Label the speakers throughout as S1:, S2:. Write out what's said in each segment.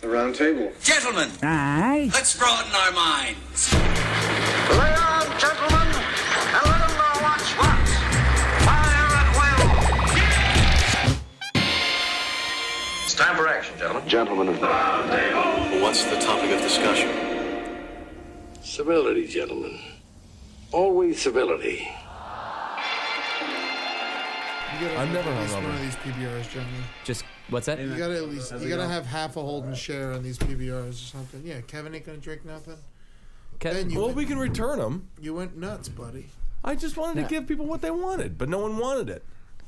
S1: The round table.
S2: Gentlemen,
S3: Aye.
S2: let's broaden our minds.
S4: Lay on, gentlemen, and let 'em know what's what. Fire at will. It's time for action, gentlemen.
S5: Gentlemen of the.
S6: What's the topic of discussion?
S5: Civility, gentlemen. Always civility.
S7: You gotta
S8: I'm never
S7: at least
S8: hungover.
S7: one of these PBRs, Johnny.
S8: Just what's that?
S7: You gotta at least you gotta have half a hold and share on these PBRs or something. Yeah, Kevin ain't gonna drink nothing.
S8: Ca-
S7: then you-
S8: well, we can return them.
S7: You went nuts, buddy.
S8: I just wanted to give people what they wanted, but no one wanted it.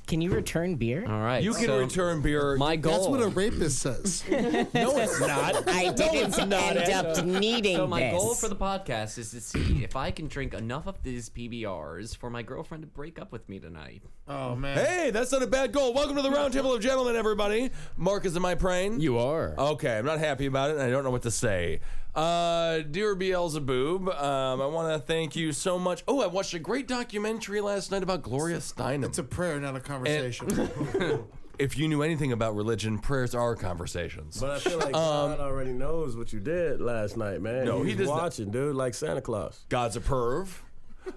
S9: Can you return beer?
S10: All right.
S8: You can
S10: so
S8: return beer.
S10: My goal.
S7: That's what
S8: Oh.
S7: a rapist says.
S8: no, it's not.
S9: I didn't end up needing
S10: So my
S9: this.
S10: goal for the podcast is to see if I can drink enough of these PBRs for my girlfriend to break up with me tonight.
S7: Oh man.
S8: Hey, that's not a bad goal. Welcome to the roundtable of gentlemen, everybody. Mark is in my brain.
S10: You are.
S8: Okay, I'm not happy about it, and I don't know what to say. Uh, dear Beelzebub, um, I want to thank you so much. Oh, I watched a great documentary last night about Gloria Steinem.
S7: It's a prayer, not a conversation.
S8: if you knew anything about religion, prayers are conversations.
S11: But I feel like
S7: Um,
S11: God already knows what you did last night, man.
S8: No, he
S11: he, was
S8: does not-
S11: watching, dude, like Santa Claus.
S8: God's a perv.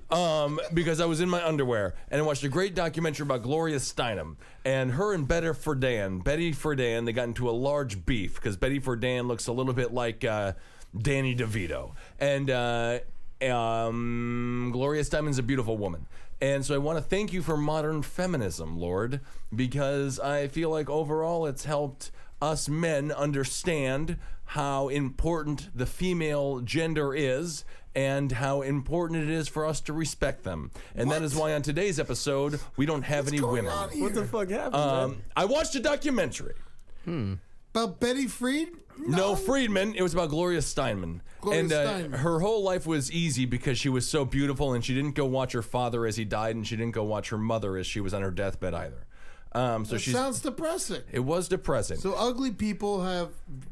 S8: Um, because I was in my underwear and I watched a great documentary about Gloria Steinem and her and Betty Friedan. Betty Friedan, they got into a large beef because Betty Friedan looks a little bit like uh, Danny DeVito. And uh, um, Gloria Steinem's a beautiful woman. And so I want to thank you for modern feminism, Lord, because I feel like overall it's helped us men understand how important the female gender is and how important it is for us to respect them. And that is why on today's episode, we don't have any women.
S11: What the fuck happened? man?
S8: Um, I watched a documentary.
S7: About Betty Freed?
S8: No, Friedman. It was about Gloria Steinman.
S7: Gloria
S8: and uh,
S7: Steinman.
S8: her whole life was easy because she was so beautiful and she didn't go watch her father as he died and she didn't go watch her mother as she was on her deathbed either. Um, so
S7: That
S8: she's.
S7: sounds depressing.
S8: it was depressing.
S7: So ugly people have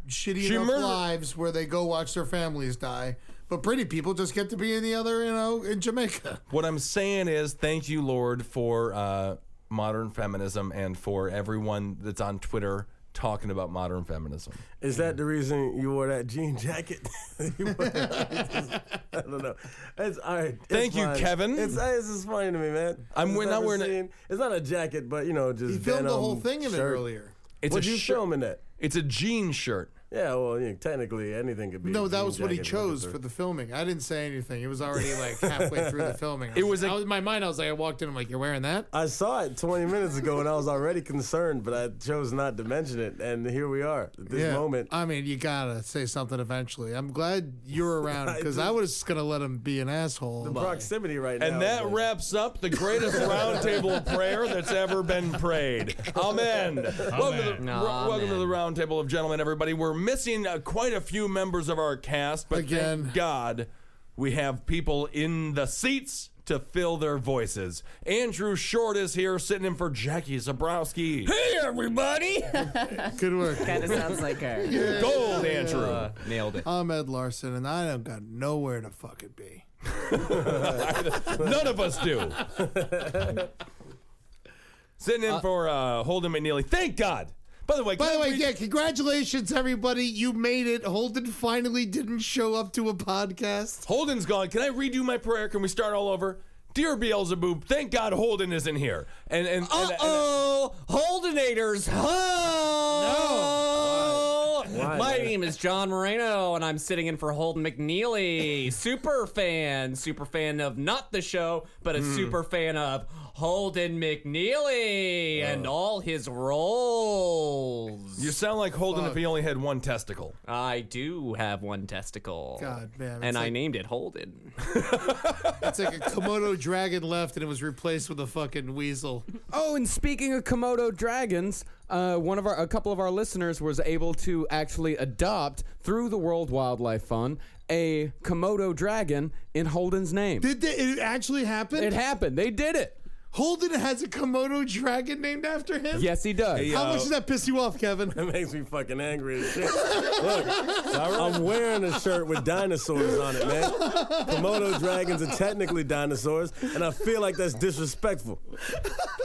S7: shitty
S8: She
S7: enough
S8: murdered-
S7: lives where they go watch their families die, but pretty people just get to be in the other, you know, in Jamaica.
S8: what I'm saying is, thank you, Lord, for uh, modern feminism and for everyone that's on Twitter talking about modern feminism.
S11: Is that the reason you wore that jean jacket? You wore that- I don't know. It's all right. It's
S8: Thank you,
S11: fine.
S8: Kevin.
S11: It's, it's just funny to me, man.
S8: I'm
S11: It's
S8: we're not
S11: never
S8: wearing a-
S11: seen- It's not a jacket, but you know, just
S7: He filmed the
S11: denim
S7: whole thing in it
S11: shirt.
S7: earlier.
S8: It's
S11: What'd
S8: a
S11: you
S8: shirt-
S11: film in that?
S8: It's a jean shirt.
S11: Yeah, well, yeah, technically anything could be. a
S7: No, that
S11: jean
S7: was what he
S11: jacket.
S7: chose for the filming. I didn't say anything. It was already like halfway through the filming. It
S8: was a-
S7: in my mind. I was like, I walked in. I'm like, you're wearing that?
S11: I saw it 20 minutes ago, and I was already concerned, but I chose not to mention it, and here we are. At this moment,
S7: I mean, you gotta say something eventually. I'm glad you're around because I was just gonna let him be an asshole.
S11: the proximity right now.
S8: And that
S11: is-
S8: wraps up the greatest roundtable of prayer that's ever been prayed. Amen. Welcome, To, the,
S10: Amen.
S8: wel- welcome to the
S10: Amen.
S8: roundtable of gentlemen, everybody. We're missing uh, quite a few members of our cast, but
S7: Again.
S8: thank God we have people in the seats to fill their voices. Andrew Short is here, sitting in for Jackie Zabrowski.
S9: Hey, everybody!
S7: Good work.
S9: kind of sounds like her.
S8: Gold, Andrew.
S10: Uh, nailed it.
S7: I'm Ed Larson, and I don't got nowhere to fucking be.
S8: None of us do. sitting in for uh, Holden McNeely. Thank God. By the way,
S7: By
S8: can
S7: the
S8: I
S7: way,
S8: please-
S7: yeah, congratulations, everybody. You made it. Holden finally didn't show up to a podcast.
S8: Holden's gone. Can I redo my prayer? Can we start all over? Dear Beelzebub, thank God Holden isn't here. And and, and- and-
S10: oh, Holdenators! Oh,
S11: Why?
S10: my
S11: Why?
S10: name is John Moreno, and I'm sitting in for Holden McNeely, super fan, super fan of not the show, but a super fan of Holden McNeely and all his roles.
S8: you sound like Holden if he only had one testicle.
S10: I do have one testicle.
S7: God, man, it's
S10: And I
S7: like-
S10: named it Holden.
S7: It's like a Komodo dragon left, and it was replaced with a fucking weasel.
S12: Oh, and speaking of Komodo dragons, uh, one of our, a couple of our listeners was able to actually adopt through the World Wildlife Fund a Komodo dragon in Holden's name.
S7: Did they, it actually happen?
S12: it happened. They did it.
S7: Holden has a Komodo dragon named after him?
S12: Yes, he does.
S8: uh,
S7: How much does that piss you off, Kevin?
S11: That makes me fucking angry as shit. Look, I'm wearing a shirt with dinosaurs on it, man. Komodo dragons are technically dinosaurs, and I feel like that's disrespectful.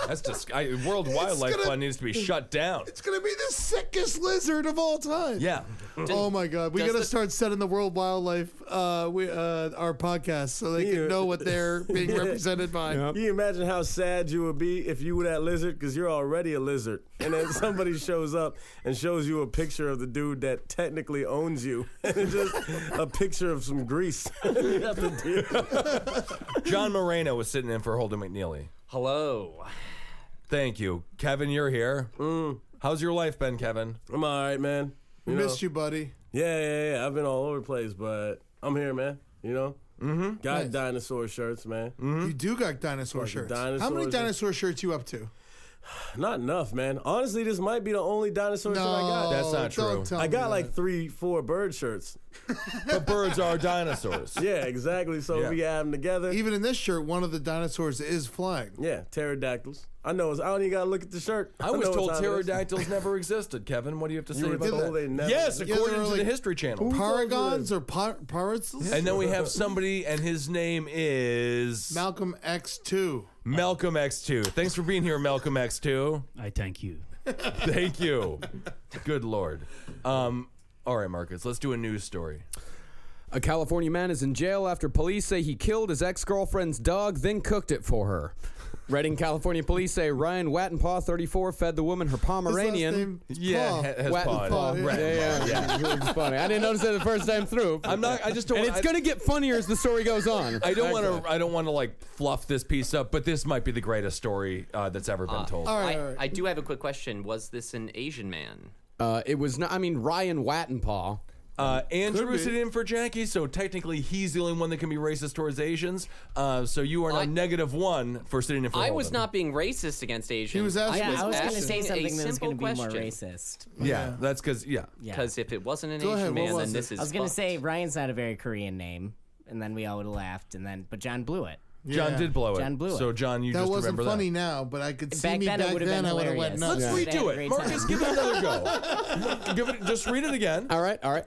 S8: That's dis- I, World Wildlife
S7: gonna-
S8: Fund needs to be shut down.
S7: It's gonna be the sickest lizard of all time.
S8: Yeah.
S7: oh my god, we
S10: does
S7: gotta
S10: the-
S7: start setting the World Wildlife uh, we, uh, our podcast so they
S11: Yeah.
S7: can know what they're being represented by.
S11: You imagine how sad you would be if you were that lizard because you're already a lizard, and then somebody shows up and shows you a picture of the dude that technically owns you, and it's just a picture of some grease. you have to deal with
S8: John Moreno was sitting in for Holden McNeely.
S10: Hello.
S8: Thank you. Kevin, you're here. How's your life been, Kevin?
S11: I'm all right, man. You know?
S7: Missed you, buddy.
S11: Yeah, yeah, yeah. I've been all over the place, but I'm here, man. You know? Mm-hmm. Got
S7: Nice. Mm-hmm.
S11: dinosaur shirts, man.
S7: You do got dinosaur shirts. How many
S11: dinosaurs.
S7: dinosaur shirts you up to?
S11: Not enough, man. Honestly, this might be the only dinosaur shirt I got.
S8: That's
S7: don't
S8: not true.
S7: tell
S11: I
S7: me
S11: got
S7: that.
S11: like three, four bird shirts.
S8: The birds are dinosaurs.
S11: Yeah, exactly. So
S8: Yeah.
S11: we have them together.
S7: even in this shirt, one of the dinosaurs is flying.
S11: yeah, pterodactyls. I know. It's, I don't even gotta look at the shirt.
S8: I was
S11: know what
S8: told
S11: time it is.
S8: pterodactyls never existed, Kevin. What do you have to say
S11: were
S8: about
S11: told
S8: that?
S11: they never
S8: yes,
S11: existed.
S7: Yeah,
S8: according
S7: they were
S8: to the
S7: like-
S8: History Channel.
S7: Paragons or par- parrots?
S8: And then we have somebody, and his name is
S7: Malcolm X two.
S8: Malcolm X2. Thanks for being here, Malcolm X2.
S1: I thank you.
S8: Thank you. Good lord. Um, all right, Marcus, let's do a news story.
S12: A California man is in jail after police say he killed his ex girlfriend's dog, then cooked it for her. Redding, California police say Ryan Wattenpaw, 34, fed the woman her Pomeranian.
S8: Yeah, ha- has paw.
S12: Wattenpaw.
S8: Right.
S12: Yeah, yeah. It's funny. I didn't notice it the first time through.
S8: I'm not. I just don't.
S12: and
S8: wanna-
S12: it's going to get funnier as the story goes on.
S8: I don't want to. I don't want to like fluff this piece up, but this might be the greatest story uh, that's ever been
S1: Ah,
S8: told.
S7: All right,
S10: I,
S7: all right.
S10: I do have a quick question. Was this an Asian man?
S12: Uh, it was not. I mean, Ryan Wattenpaw.
S8: Uh, Andrew is in for Jackie, so technically he's the only one that can be racist towards Asians. Uh, so you are now
S10: I-
S8: negative one for sitting in for.
S10: I was
S8: Holden.
S10: not being racist against Asians.
S7: was asking-
S10: I
S7: Yeah,
S10: was,
S7: I
S9: was
S10: going
S9: gonna
S10: to
S9: say something that was
S10: going to
S9: be more racist.
S8: Yeah, that's because yeah.
S9: Yeah.
S10: Because if it wasn't an
S7: Go ahead,
S10: Asian
S7: what
S10: man,
S7: was
S10: then
S7: it?
S10: this is.
S9: I was gonna
S10: fucked.
S9: say Ryan's not a very Korean name, and then we all would have laughed, and then but John blew it.
S8: John did blow it.
S9: John blew it.
S8: So John, you
S7: That
S8: just
S7: wasn't
S8: remember
S7: funny
S8: that.
S7: now, but I could see
S9: Back
S7: me
S9: then, it
S7: back
S9: would've been
S7: then. I would have went
S9: hilarious.
S7: nuts.
S8: Let's
S9: Yeah. They had a
S8: redo it,
S9: great
S8: Marcus.
S9: time.
S8: Give it another go. give it. Just read it again.
S12: All right, all right.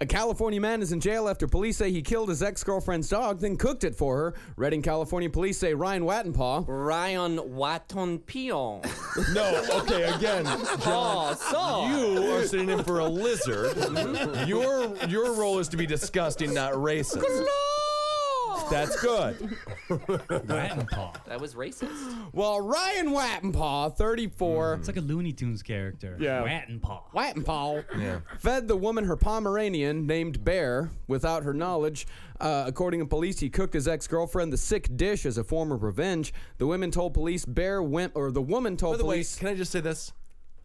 S12: A California man is in jail after police say he killed his ex girlfriend's dog, then cooked it for her. Redding, California police say Ryan Wattenpaw.
S10: Ryan Waton Pion.
S8: No. Okay. Again.
S10: oh, so.
S8: You are sitting in for a lizard. Your your role is to be disgusting, not racist. That's good.
S1: Rat and paw.
S10: That was racist.
S12: Well, Ryan Wattenpaw, 34,
S8: Hmm.
S1: It's like a Looney Tunes character.
S12: Yeah.
S1: Rat and paw.
S12: Wattenpaw, fed the woman her Pomeranian named Bear without her knowledge. Uh, according to police, he cooked his ex girlfriend the sick dish as a form of revenge. The women told police Bear went, or the woman
S7: Oh,
S12: told
S8: By the way,
S12: police.
S8: can I just say this?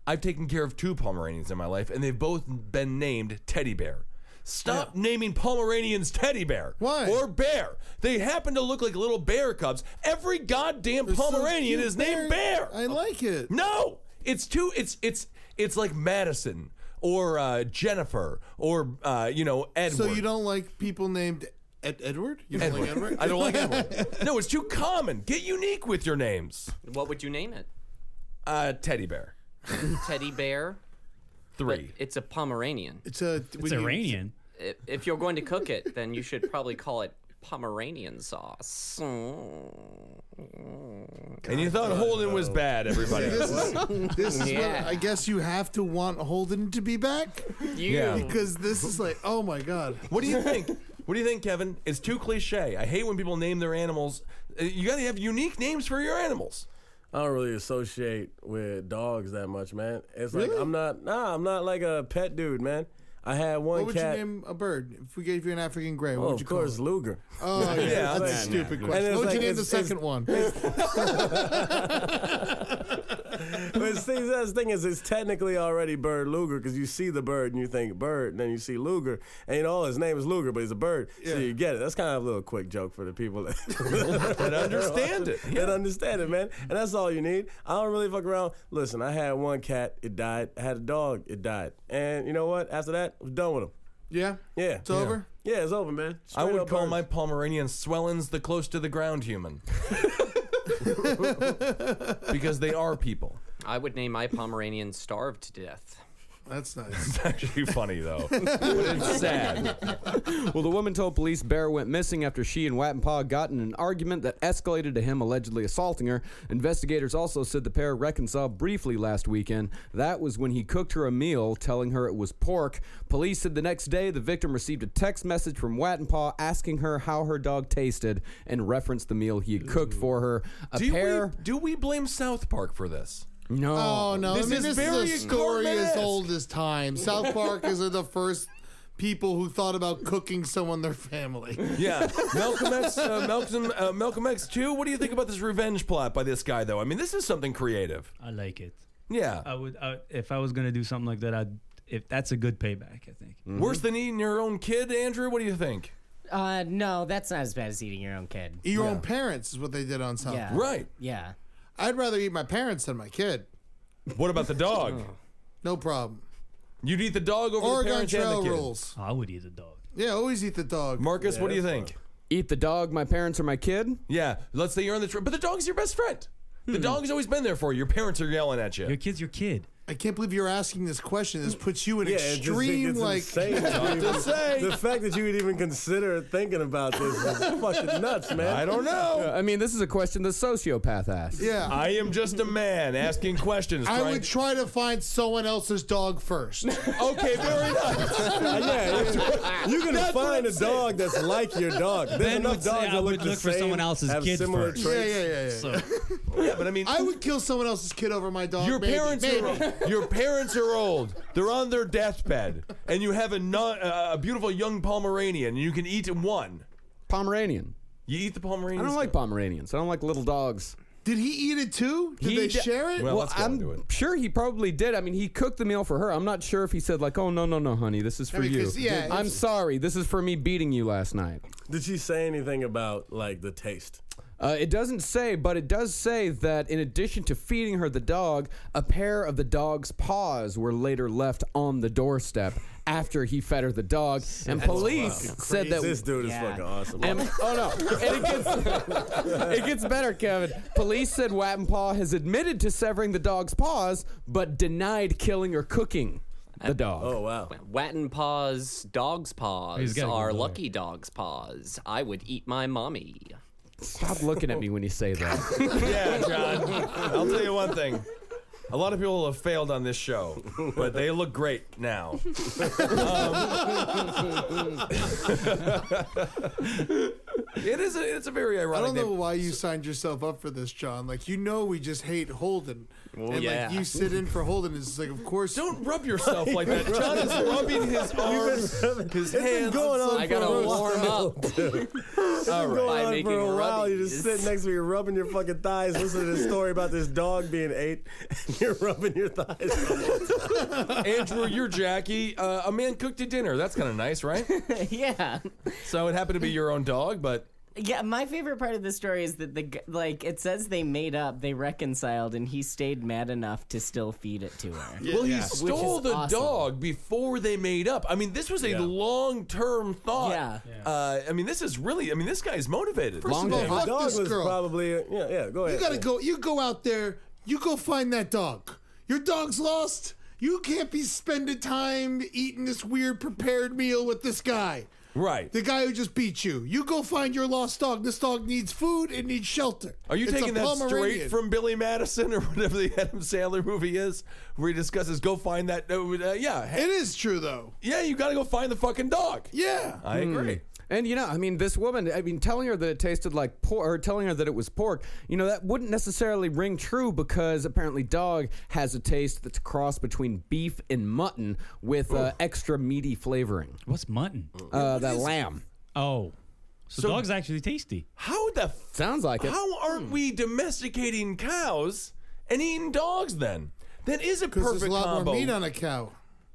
S8: I've taken care of two Pomeranians in my life, and they've both been named Teddy Bear. Stop naming Pomeranians Teddy Bear.
S7: Why?
S8: Or Bear. They happen to look like little bear cubs. Every goddamn
S7: So
S8: Pomeranian
S7: cute
S8: is named Bear.
S7: I like it.
S8: No, it's too. It's it's it's like Madison or uh, Jennifer or uh, you know Edward.
S7: So you don't like people named Ed- Edward? You don't
S8: Edward.
S7: like Edward?
S8: I don't like Edward. No, it's too common. Get unique with your names.
S10: What would you name it?
S8: Uh, teddy bear.
S10: Teddy bear.
S8: Three.
S10: It's a Pomeranian.
S7: It's a
S1: It's
S7: when you-
S1: Iranian.
S10: I- If you're going to cook it, then you should probably call it Pomeranian sauce. Mm.
S8: and you thought Holden was bad, everybody.
S7: This is, this is
S10: Yeah.
S7: what I guess you have to want Holden to be back
S10: You.
S8: Yeah.
S7: because this is like, oh my god.
S8: Oh. what do you think? What do you think, Kevin? It's too cliche. I hate when people name their animals. Uh, You got to have unique names for your animals.
S11: I don't really associate with dogs that much, man. It's like I'm not. Nah, I'm not like a pet dude, man. I had one
S7: What would
S11: cat.
S7: you name a bird if we gave you an African gray? What
S11: oh,
S7: would
S11: of
S7: you call
S11: course,
S7: it?
S11: Luger.
S7: Oh yeah,
S8: Yeah,
S7: that's a
S8: man,
S7: stupid
S11: yeah. And
S7: question.
S11: it's
S7: What would
S11: like-
S7: you name the
S11: it's- it's-
S7: second one?
S11: But see, that's the thing is, it's technically already Bird Luger because you see the bird and you think bird, and then you see Luger, and you know, oh, his name is Luger, but he's a bird, so you get it. That's kind of a little quick joke for the people that,
S8: But understand it.
S11: that understand it, man. And that's all you need. I don't really fuck around. Listen, I had one cat, it died. I had a dog, it died. And you know what? After that, I was done with him.
S7: Yeah,
S11: Yeah.
S7: it's over.
S11: Yeah, it's over, man.
S8: I
S11: Straight
S8: would
S11: up
S8: call
S11: birds.
S8: my Pomeranian Swellens the close to the ground human. because they are people.
S10: I would name my Pomeranian starved to death.
S7: That's nice.
S8: It's actually funny though. it's sad.
S12: well, the woman told police Bear went missing after she and Wattenpaw got in an argument that escalated to him allegedly assaulting her. Investigators also said the pair reconciled briefly last weekend. That was when he cooked her a meal, telling her it was pork. Police said the next day the victim received a text message from Wattenpaw asking her how her dog tasted and referenced the meal he had cooked for her. A
S8: Do
S12: pair.
S8: we do we blame South Park for this?
S12: no.
S7: Oh no!
S8: This
S7: I mean,
S8: is
S7: this
S8: very
S7: is a story as
S8: gourmet-esque.
S7: old as time. South Park is the first people who thought about cooking someone their family.
S8: Yeah, Malcolm X, uh, Malcolm, uh, Malcolm X Two. What do you think about this revenge plot by this guy, though? I mean, this is something creative.
S1: I like it.
S8: Yeah,
S1: I would I, if I was gonna do something like that. I'd if that's a good payback. I think.
S8: worse than eating your own kid, Andrew. What do you think?
S9: Uh, no, that's not as bad as eating your own kid.
S7: Eat Your own parents is what they did on South
S9: Yeah.
S7: Park.
S8: Right.
S9: Yeah.
S7: I'd rather eat my parents than my kid.
S8: What about the dog?
S7: No problem.
S8: You'd eat the dog over the
S7: Oregon
S8: parents
S7: Trail
S8: and the kid.
S7: rules.
S1: I would eat a dog.
S7: Yeah, always eat the dog.
S8: Marcus, what do you think?
S12: Eat the dog, my parents, or my kid?
S8: Yeah, let's say you're on the trip, but the dog's your best friend. The dog's always been there for you. Your parents are yelling at you.
S1: Hmm. Your kid's your kid.
S7: I can't believe you're asking this question. This puts you in
S11: Yeah, it's just-
S7: extreme
S11: it's
S7: like
S11: insane to even- The fact that you would even consider thinking about this is fucking nuts, man.
S8: I don't know.
S12: I mean, this is a question the sociopath asked.
S7: yeah. I,
S8: I am just a man asking questions. trying-
S7: would try to find someone else's dog first.
S8: okay, very nice.
S11: yeah, you're gonna
S8: That's what
S11: find a
S8: I'm saying.
S11: dog that's like your dog. There's
S1: Ben
S11: enough
S1: would say
S11: dogs
S1: I
S11: that look
S1: would
S11: the
S1: look for
S11: same,
S1: someone else's
S11: have
S1: kid
S11: similar
S1: first.
S7: yeah, yeah,
S11: traits.
S7: yeah, yeah.
S1: So
S8: Yeah, but I mean,
S7: I would kill someone else's kid over my dog.
S8: Your
S7: maybe,
S8: parents
S7: maybe.
S8: are old. your parents are old. They're on their deathbed, and you have a non, uh, a beautiful young Pomeranian, and you can eat one.
S12: Pomeranian.
S8: You eat the Pomeranian.
S12: I don't like Pomeranians. I don't like little dogs.
S7: Did he eat it too? Did
S12: He
S7: they
S12: d-
S7: share it?
S8: Well, let's go
S12: I'm
S8: into it.
S12: sure he probably did. I mean, he cooked the meal for her. I'm not sure if he said like, "Oh no, no, no, honey, this is for
S7: mean,
S12: you."
S7: 'cause, yeah,
S12: I'm
S7: it's-
S12: sorry. This is for me beating you last night.
S11: Did she say anything about like the taste?
S12: Uh, it doesn't say, but it does say that in addition to feeding her the dog, a pair of the dog's paws were later left on the doorstep after he fed her the dog. And police said that
S11: this dude
S9: Yeah.
S11: is fucking awesome.
S12: And, oh no! And it gets it gets better, Kevin. Police said Paw has admitted to severing the dog's paws, but denied killing or cooking the dog.
S11: oh wow.
S10: Wet and paws, dog's paws
S1: He's gotta go
S10: are
S1: lower.
S10: lucky dog's paws. I would eat my mommy.
S12: Stop looking at me when you say that.
S8: Yeah, John. I'll tell you one thing. A lot of people have failed on this show, but they look great now. Um, it is a, it's a very
S7: I
S8: ironic
S7: don't know
S8: name.
S7: why you signed yourself up for this, John. Like you know, we just hate Holden, and
S10: yeah.
S7: like you sit in for Holden. It's just like, of course.
S8: Don't rub yourself like that. John is rubbing his arms, his hands.
S11: going on
S10: I gotta
S11: for a
S10: warm
S11: while.
S10: up.
S8: All right.
S11: Going
S10: By
S11: on for
S10: making
S11: a while, you just
S10: rubbies.
S11: sit next to me, you're rubbing your fucking thighs, listening to this story about this dog being ate, and you're rubbing your thighs.
S8: Andrew, you're Jackie. Uh, a man cooked you dinner. That's kind of nice, right?
S9: yeah.
S8: So it happened to be your own dog, but
S9: Yeah, my favorite part of the story is that the g- like it says they made up, they reconciled, and he stayed mad enough to still feed it to her.
S8: well, he
S9: Which
S8: stole
S9: is
S8: the
S9: awesome.
S8: dog before they made up. I mean, this was a long-term thought.
S9: Yeah.
S8: Uh, I mean, this is really. I mean, this guy's motivated.
S7: First of all,
S11: the
S7: fuck
S11: dog
S7: this
S11: was
S7: girl.
S11: probably yeah, yeah. Go ahead.
S7: you gotta go. You go out there. You go find that dog. Your dog's lost. You can't be spending time eating this weird prepared meal with this guy.
S8: right.
S7: The guy who just beat you. You go find your lost dog. This dog needs food. It needs shelter.
S8: Are you
S7: It's a
S8: taking that
S7: Pomeranian.
S8: straight from Billy Madison or whatever the Adam Sandler movie is, where he discusses go find that? Uh, yeah,
S7: It is true though.
S8: yeah, you got to go find the fucking dog.
S7: Yeah.
S8: I
S1: Hmm.
S8: agree.
S12: And you know, I mean, this woman, I mean, telling her that it tasted like pork, or telling her that it was pork, you know, that wouldn't necessarily ring true because apparently dog has a taste that's a cross between beef and mutton with uh, extra meaty flavoring.
S1: what's mutton?
S12: Uh, that lamb.
S1: Oh, so, dog's actually tasty.
S8: How the f-
S12: Sounds like it.
S8: How aren't
S7: Hmm.
S8: we domesticating cows and eating dogs then? That is a perfect
S7: There's a lot
S8: combo.
S7: more meat on a cow.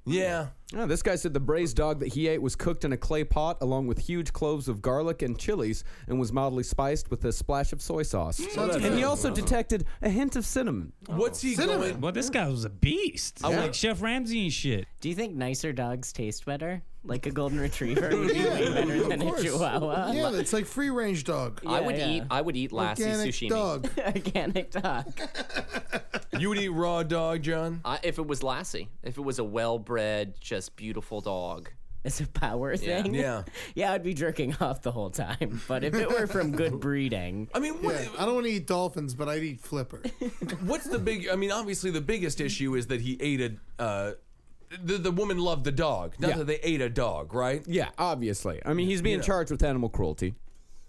S8: yeah.
S12: Yeah, this guy said the braised dog that he ate was cooked in a clay pot along with huge cloves of garlic and chilies and was mildly spiced with a splash of soy sauce. and he also detected a hint of cinnamon.
S8: What's
S7: Oh.
S8: he going?
S1: Well, this guy was a beast. I like Chef Ramsay and shit.
S9: Do you think nicer dogs taste better? Like a golden retriever would be way better than a chihuahua.
S7: Yeah, it's like free range dog.
S10: I would
S9: yeah.
S10: eat. I would eat Lassie
S7: Organic
S10: sushi.
S7: dog.
S9: Organic dog.
S8: You would eat raw dog, John?
S3: Uh, if it was Lassie, if it was a well-bred, just beautiful dog.
S9: It's a power
S3: Yeah.
S9: thing.
S3: Yeah.
S9: yeah, I'd be jerking off the whole time. But if it were from good breeding,
S8: I mean,
S7: Yeah, I don't want to eat dolphins, but I'd eat flipper.
S8: What's the big? I mean, obviously the biggest issue is that he ate a. Uh, the, the woman loved the dog. Not
S12: Yeah.
S8: that they ate a dog, right?
S12: Yeah, obviously. I mean, he's being
S8: Yeah.
S12: charged with animal cruelty.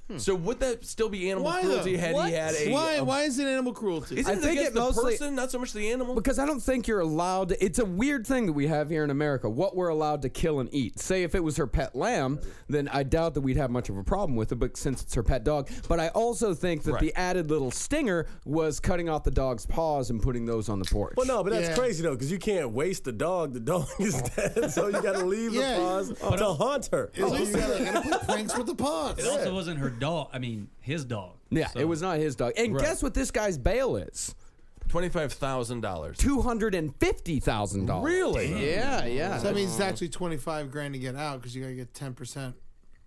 S8: Hmm. So would that still be animal
S12: Why
S8: cruelty
S12: though?
S8: had
S12: What?
S8: he had a?
S12: Why-
S8: a-
S12: why
S7: is it animal cruelty?
S8: Isn't
S12: I
S8: it
S12: think
S8: against
S12: it
S8: the
S12: mostly-
S8: person, not so much the animal?
S12: Because I don't think you're allowed. It's a weird thing that we have here in America. What we're allowed to kill and eat. Say if it was her pet lamb, then I doubt that we'd have much of a problem with it. But since it's her pet dog, but I also think that the added little stinger was cutting off the dog's paws and putting those on the porch.
S11: Well, no, but that's
S12: Yeah.
S11: crazy though, because you can't waste the dog. The dog is dead, so you got to leave
S7: Oh. Yeah. Oh,
S11: the paws
S7: But
S11: to
S7: al-
S11: haunt her.
S7: It's like, you gotta, gotta play pranks with the paws.
S1: It also wasn't her dog. I mean, his dog.
S12: Yeah, it was not his dog. And guess what this guy's bail is?
S8: Twenty-five thousand dollars.
S12: Two hundred and fifty thousand dollars. Yeah, yeah.
S7: So that means it's actually twenty five grand to get out because you gotta get ten percent.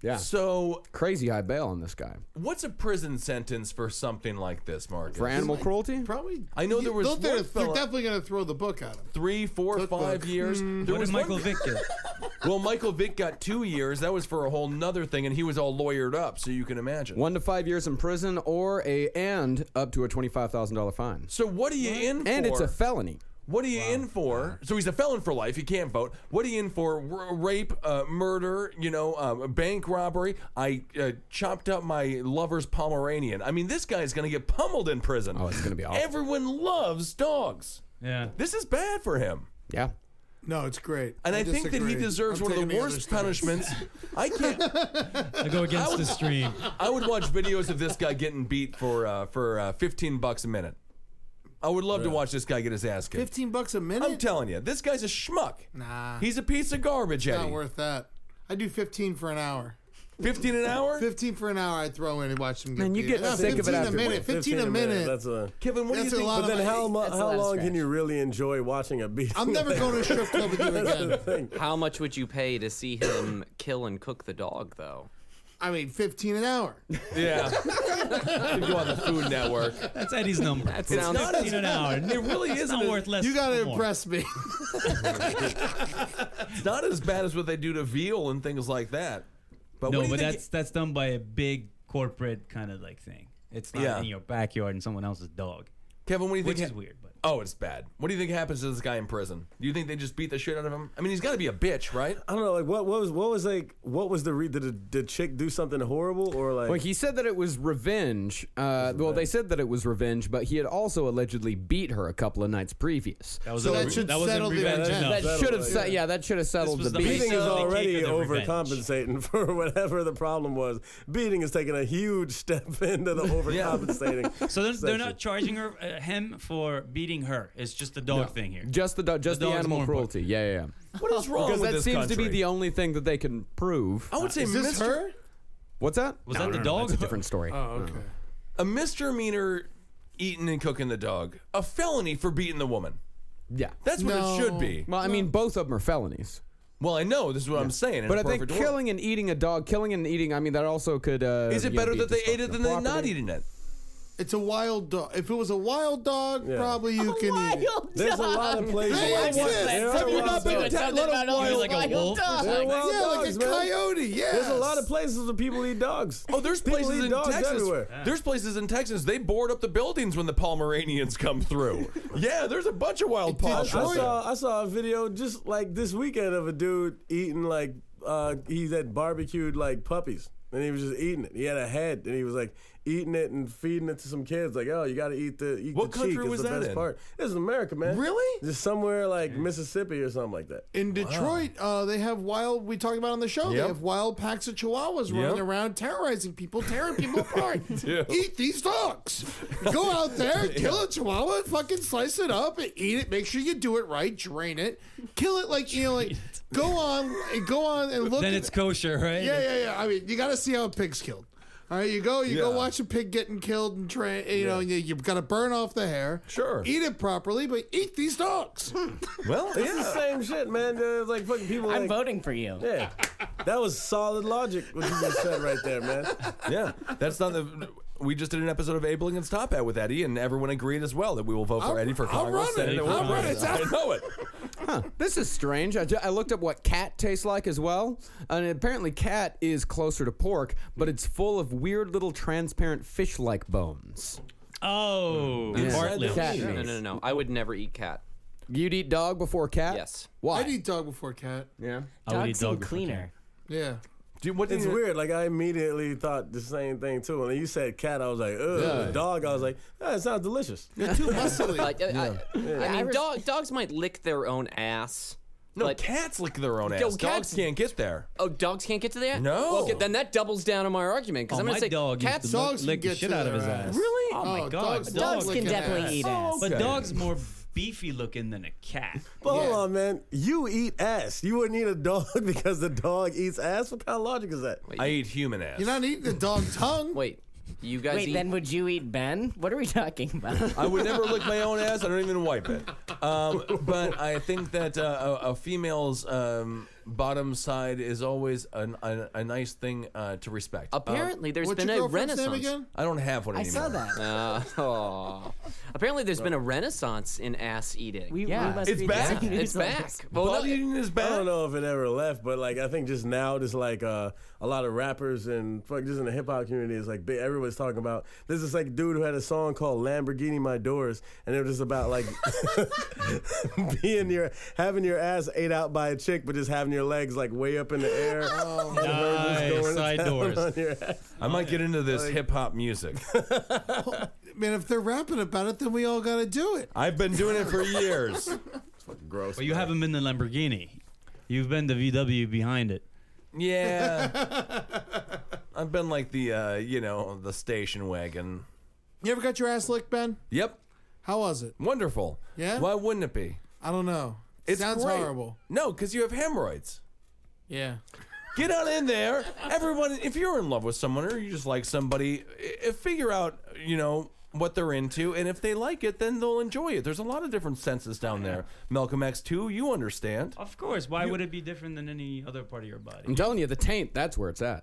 S12: Yeah.
S8: So
S12: crazy high bail on this guy.
S8: What's a prison sentence for something like this, Marcus?
S12: For animal cruelty?
S7: Probably.
S8: I know there was
S7: They're,
S8: one
S7: they're
S8: fella-
S7: definitely gonna throw the book at him.
S8: three, four, five
S7: Cookbook.
S8: years.
S12: Hmm.
S7: Mm.
S8: There
S7: What
S8: was
S7: did Michael
S8: Vick get? well, Michael Vick got two years. That was for a whole nother thing, and he was all lawyered up, so you can imagine.
S12: One to five years in prison or a and up to a twenty five thousand dollar fine.
S8: So what are you in for?
S12: And it's a felony.
S8: What are you in for? So he's a felon for life. He can't vote. What are you in for? R- rape, uh, murder, you know, um, bank robbery. I uh, chopped up my lover's Pomeranian. I mean, this guy's going to get pummeled in prison. Oh, it's going to be awful. Everyone loves dogs.
S1: Yeah.
S8: This is bad for him.
S12: Yeah.
S7: No, it's great.
S8: And I, think that he
S7: disagree.
S8: deserves
S7: I'm
S8: one of
S7: taking
S8: the
S7: the other
S8: worst
S7: side.
S8: punishments. I can't.
S1: I go against the stream.
S8: I would watch videos of this guy getting beat for uh, for uh, fifteen bucks a minute. I would love to watch this guy get his ass kicked.
S7: Fifteen bucks a minute.
S8: I'm telling you, this guy's a schmuck.
S7: Nah,
S8: He's a piece of garbage,
S7: it's not
S8: Eddie.
S7: worth that. I do fifteen for an hour.
S8: Fifteen an hour?
S7: Fifteen for an hour. I throw in and watch them. Get
S12: Man, you
S7: beat.
S12: get
S7: No,
S12: sick of it
S7: 15
S12: after
S7: a minute.
S12: what?
S7: Fifteen, a minute.
S11: That's a
S8: Kevin. What
S7: That's
S8: do
S7: a
S8: you
S7: lot
S11: But
S8: think?
S7: of
S11: then, how, mu-
S7: that's a
S11: how
S7: lot of
S11: long
S7: scratch.
S11: can you really enjoy watching a beat?
S7: I'm never going to a strip club with you again.
S3: How much would you pay to see him kill and cook the dog, though?
S7: I mean, fifteen an hour.
S8: Yeah, You go on the Food Network.
S1: That's Eddie's number.
S3: That
S1: It's
S3: sounds-
S1: not 15 an hour.
S8: It really
S1: It's
S8: isn't
S1: not
S8: as-
S1: worth less.
S7: you gotta
S1: or more.
S7: impress me.
S8: It's not as bad as what they do to veal and things like that. But
S1: no,
S8: what do you
S1: but
S8: think-
S1: that's that's done by a big corporate kind of like thing. It's not
S8: Yeah.
S1: in your backyard and someone else's dog.
S8: Kevin. What do you
S1: Which
S8: think?
S1: is weird, but
S8: Oh, it's bad. What do you think happens to this guy in prison? Do you think they just beat the shit out of him? I mean, he's got to be a bitch, right?
S11: I don't know. Like, what, what was what was like what was the re- did the, did chick do something horrible or like?
S12: Well, he said that it was revenge. Uh, well, they said that it was revenge, but he had also allegedly beat her a couple of nights previous.
S1: that was
S11: So
S1: a,
S11: that
S1: re-
S11: should
S1: that wasn't
S11: settle the-
S1: revenge
S11: that-
S1: enough.
S12: That
S11: Settled
S12: should have
S11: it.
S12: set. Yeah, that should have settled
S1: This was
S12: the
S1: the
S12: beef.
S11: beating
S1: base
S11: is
S1: of the
S11: already
S1: cake of the revenge.
S11: overcompensating for whatever the problem was. Beating is taking a huge step into the overcompensating.
S1: So they're, they're
S11: section.
S1: not charging her uh, him for beating her. It's just the dog thing here.
S12: Just the dog, just the,
S1: dog's more
S12: animal
S1: important.
S12: cruelty. Yeah, yeah. yeah.
S8: What is wrong
S12: Because
S8: with
S12: that
S8: this
S12: seems to
S8: country?
S12: be the Uh, only thing that they can prove.
S8: I would say
S7: Is this
S8: Mr.
S7: her?
S12: What's that?
S1: Was that the dog?
S12: That's a different story.
S7: okay.
S8: a misdemeanor eating and cooking the dog, a felony for beating the woman.
S12: Yeah.
S8: That's what
S7: No.
S8: it should be.
S12: Well, I mean, both of them are felonies.
S8: Well, I know this is what I'm saying. in
S12: But
S8: a
S12: I think
S8: perfect world.
S12: killing and eating a dog, killing and eating, I mean, that also could. Uh,
S8: is
S12: you
S8: it
S12: know,
S8: better
S12: be
S8: that they ate
S12: destruction
S8: it
S12: of
S8: than they're not
S12: property.
S8: eating it?
S7: It's a wild dog. If it was a wild dog,
S11: Yeah.
S7: probably you can eat it.
S11: There's a lot of places.
S7: They
S11: There
S7: exist.
S11: are
S7: Have
S11: wild
S7: you not been
S11: dogs.
S7: to-
S11: There
S7: let a
S1: like
S7: wild-
S1: a wolf or
S11: are
S1: something?
S11: wild
S7: Yeah, like
S11: dogs,
S7: a
S11: man.
S7: coyote. Yeah.
S11: There's a lot of places where people eat dogs.
S8: Oh, there's
S11: People
S8: places
S11: eat
S8: in
S11: dogs
S8: Texas.
S11: everywhere.
S8: There's places in Texas they board up the buildings when the Pomeranians come through. yeah, there's a bunch of wild
S11: I, I
S8: posh.
S11: saw I saw a video just like this weekend of a dude eating like uh, he had barbecued like puppies and he was just eating it. He had a head and he was like eating it and feeding it to some kids. Like, oh, you got to eat the eat
S8: What
S11: the
S8: country
S11: cheek. It's
S8: was
S11: the
S8: that
S11: best
S8: in? Mm.
S11: part. This is America, man.
S8: Really?
S11: Just somewhere like Mississippi or something like that.
S7: In Detroit, uh, they have wild. We talked about on the show. They
S8: Yep.
S7: have wild packs of Chihuahuas running around, terrorizing people, tearing people apart. Eat these dogs. Go out there, kill a Chihuahua, fucking slice it up and eat it. Make sure you do it right. Drain it. Kill it like you know. Like, go on, go on and look.
S1: Then
S7: at-
S1: it's kosher, right?
S7: Yeah, yeah, yeah. I mean, you got to see how a pig's killed. All right, you go, you go
S8: Yeah.
S7: watch a pig getting killed, and tra- you know you, you've got to burn off the hair.
S8: Sure.
S7: eat it properly, but eat these dogs.
S8: Well,
S11: It's the same shit, man. There's like fucking people.
S9: I'm
S11: like,
S9: voting for you.
S11: Yeah, that was solid logic what you just said right there, man.
S8: yeah, that's not the. we just did an episode of Abel Lincoln's Top Hat with Eddie, and everyone agreed as well that we will vote for Eddie for
S12: I'll
S8: Congress.
S12: run it.
S8: and
S12: I'll run it.
S8: I know it.
S12: Huh. This is strange. I, ju- I looked up what cat tastes like as well, and apparently cat is closer to pork, but it's full of weird little transparent fish-like bones.
S1: Oh,
S12: Yeah.
S3: Bartlett.
S12: Cat
S3: no, no,
S12: meat.
S3: no, no. I would never eat cat.
S12: You'd eat dog before cat.
S3: Yes.
S12: Why?
S7: I'd eat dog before cat.
S12: Yeah.
S3: I would Dog eat dog
S11: before cleaner.
S7: Yeah.
S8: Dude,
S11: what
S8: what
S11: it's
S8: did you-
S11: weird. Like I immediately thought the same thing too. And then you said cat, I was like, ugh.
S3: Yeah.
S11: Dog, I was like, ah, it sounds delicious.
S7: You're too muscly.
S3: Like, I- I- I,
S11: I
S3: mean,
S11: res-
S3: dog, dogs might lick their own ass.
S8: No,
S3: but-
S8: cats lick their own ass.
S3: Yo,
S8: Dogs
S3: cats-
S8: can't get there.
S3: Oh, dogs can't get to that?
S8: No.
S3: Well, okay, then that doubles down on my argument because
S8: Oh,
S3: I'm going
S8: my
S3: to say
S8: dog used
S3: cats
S8: to lick- Dogs lick
S1: the shit out of his ass.
S3: Really?
S1: Oh, my
S3: Oh,
S1: god.
S3: dogs- dogs can definitely eat ass.
S1: But
S11: Okay.
S1: dogs more beefy looking than a cat.
S11: But hold on, man. You eat ass. You wouldn't eat a dog because the dog eats ass. What kind of logic is that?
S8: I eat human ass.
S7: You're not eating the dog tongue.
S3: Wait, you guys
S9: Wait,
S3: eat-
S9: then would you eat Ben? What are we talking about?
S8: I would never lick my own ass. I don't even wipe it. Um, but I think that uh, a, a female's um, bottom side is always an, a, a nice thing uh, to respect.
S3: Apparently,
S8: there's
S3: there's What's been your a girlfriend's name renaissance. again?
S8: I don't have one
S3: I
S8: anymore.
S3: saw that. oh. Apparently, there's been a renaissance in ass eating.
S9: We,
S3: yeah.
S11: It's back.
S3: It's back. Well, no,
S8: I
S11: don't know if it ever left, but like I think just now, there's like uh, a lot of rappers and fuck, just in the hip hop community, it's like big- everyone's talking about. There's this like dude who had a song called "Lamborghini My Doors," and it was just about like being your having your ass ate out by a chick, but just having your legs like way up in the air. Oh,
S1: Nice. Side doors.
S8: I might get into this hip hop music.
S7: Man, if they're rapping about it, then we all got to do it.
S8: I've been doing it for years. gross.
S1: But you haven't been the Lamborghini. You've been the VW behind it.
S8: Yeah. I've been like the, uh, you know, the station wagon.
S7: You ever got your ass licked, Ben?
S8: Yep.
S7: How was it?
S8: Wonderful.
S7: Yeah?
S8: Why wouldn't it be?
S7: I don't know.
S8: It
S7: Sounds horrible.
S8: No, because you have hemorrhoids.
S7: Yeah.
S8: Get on in there, everyone. If you're in love with someone or you just like somebody, i- i- figure out you know what they're into, and if they like it, then they'll enjoy it. There's a lot of different senses down there. Malcolm X too. You understand?
S1: Of course. Why would it be different than any other part of your body?
S12: I'm telling you, the taint. That's where it's at.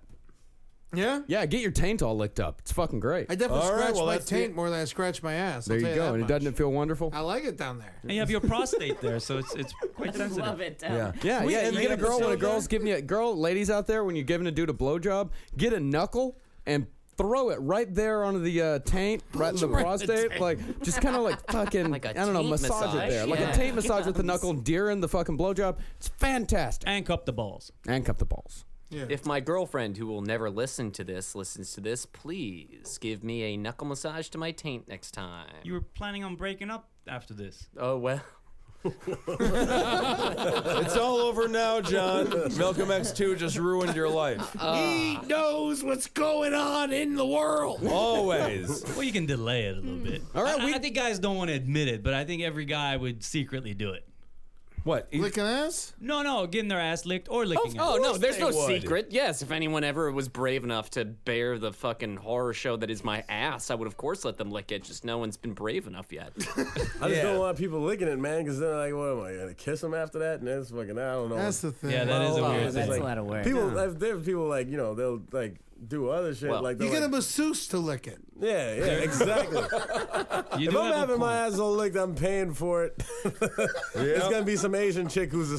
S7: Yeah.
S12: Yeah. Get your taint all licked up. It's fucking great.
S7: I definitely
S12: All right,
S7: scratch
S12: well,
S7: my
S12: that's the-
S7: taint more than I scratch my ass.
S12: There
S7: I'll
S12: you
S7: tell
S12: go.
S7: that
S12: And
S7: much.
S12: it doesn't it feel wonderful?
S7: I like it down there.
S1: And you have your prostate there, so it's it's quite sensitive.
S9: love it.
S12: Yeah, yeah,
S1: We
S12: yeah. You
S1: made
S12: get a
S1: up
S12: girl
S1: the
S12: when a
S1: sound
S12: girl's giving you girl, ladies out there, when you're giving a dude a blowjob, get a knuckle and throw it right there onto the uh, taint, right in the
S9: Right in the
S12: prostate,
S9: taint.
S12: like just kind of like fucking, I don't know,
S9: taint
S12: massage, it
S9: massage.
S12: there, like
S9: Yeah.
S12: a taint massage with the
S9: Yes.
S12: knuckle during the fucking blowjob. It's fantastic.
S1: And cup the balls.
S12: And cup the balls.
S3: If my girlfriend, who will never listen to this, listens to this, please give me a knuckle massage to my taint next time.
S1: You were planning on breaking up after this.
S3: Oh well.
S8: it's all over
S11: Oh,
S8: now, John. Malcolm X two just ruined your life.
S4: he knows what's going on in the world.
S8: Always.
S1: well, you can delay it a little bit. All right, I, I think guys don't want to admit it, but I think every guy would secretly do it.
S8: What?
S7: Licking ass?
S1: No, no, getting their ass licked or licking. it.
S3: Oh no, there's no secret. Yes, if anyone ever was brave enough to bear the fucking horror show that is my ass, I would of course let them lick it. Just no one's been brave enough yet.
S11: I just don't want people licking it, man, because they're like, what am I gonna kiss them after that? And that's fucking, I don't know.
S7: That's the thing.
S1: Yeah, that is a
S11: Well,
S1: weird
S11: it's
S1: thing. Oh, That's a
S11: just like,
S1: lot of work.
S11: People,
S1: Yeah.
S11: if there's people like, you know, they'll like do other shit.
S1: Well,
S11: like
S7: You
S11: they'll,
S7: get a
S11: like,
S7: masseuse to lick it.
S11: yeah, yeah, exactly.
S1: You
S11: if
S1: do
S11: I'm
S1: have a
S11: having my asshole licked, I'm paying for it. It's gonna be some Asian chick who's a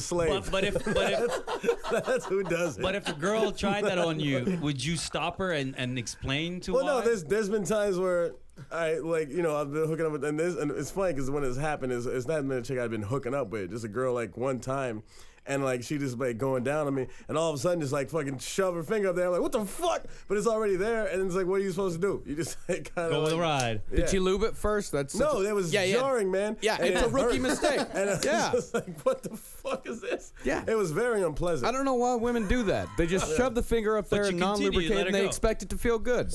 S1: But-
S11: slave.
S1: but if- but
S11: if that's who does it.
S1: But if a girl tried that on you, would you stop her and, and explain to
S11: well,
S1: why?
S11: no, there's there's been times where I like you know I've been hooking up with and this and it's funny because when it's happened is it's not been a chick I've been hooking up with, just a girl like one time. And like she just like going down on me, and all of a sudden just like fucking shove her finger up there. I'm like, what the fuck? But it's already there, and it's like, what are you supposed to do? You just like kind of
S12: Go with
S11: like,
S12: the ride. Did she lube it first? That's such
S11: no,
S12: a-
S11: that was
S12: Yeah, yeah.
S11: jarring, man.
S12: Yeah,
S11: And
S12: it's a
S11: it
S12: rookie
S11: hurt.
S12: mistake.
S11: and I was
S12: Yeah.
S11: just like, what the fuck is this?
S12: Yeah.
S11: it was very unpleasant.
S12: I don't know why women do that. They just
S11: Yeah.
S12: shove the finger up
S11: But
S12: there
S11: you
S12: and
S11: continue, you
S12: non-lubricate,
S11: let it
S12: and they
S11: go.
S12: expect it to feel good.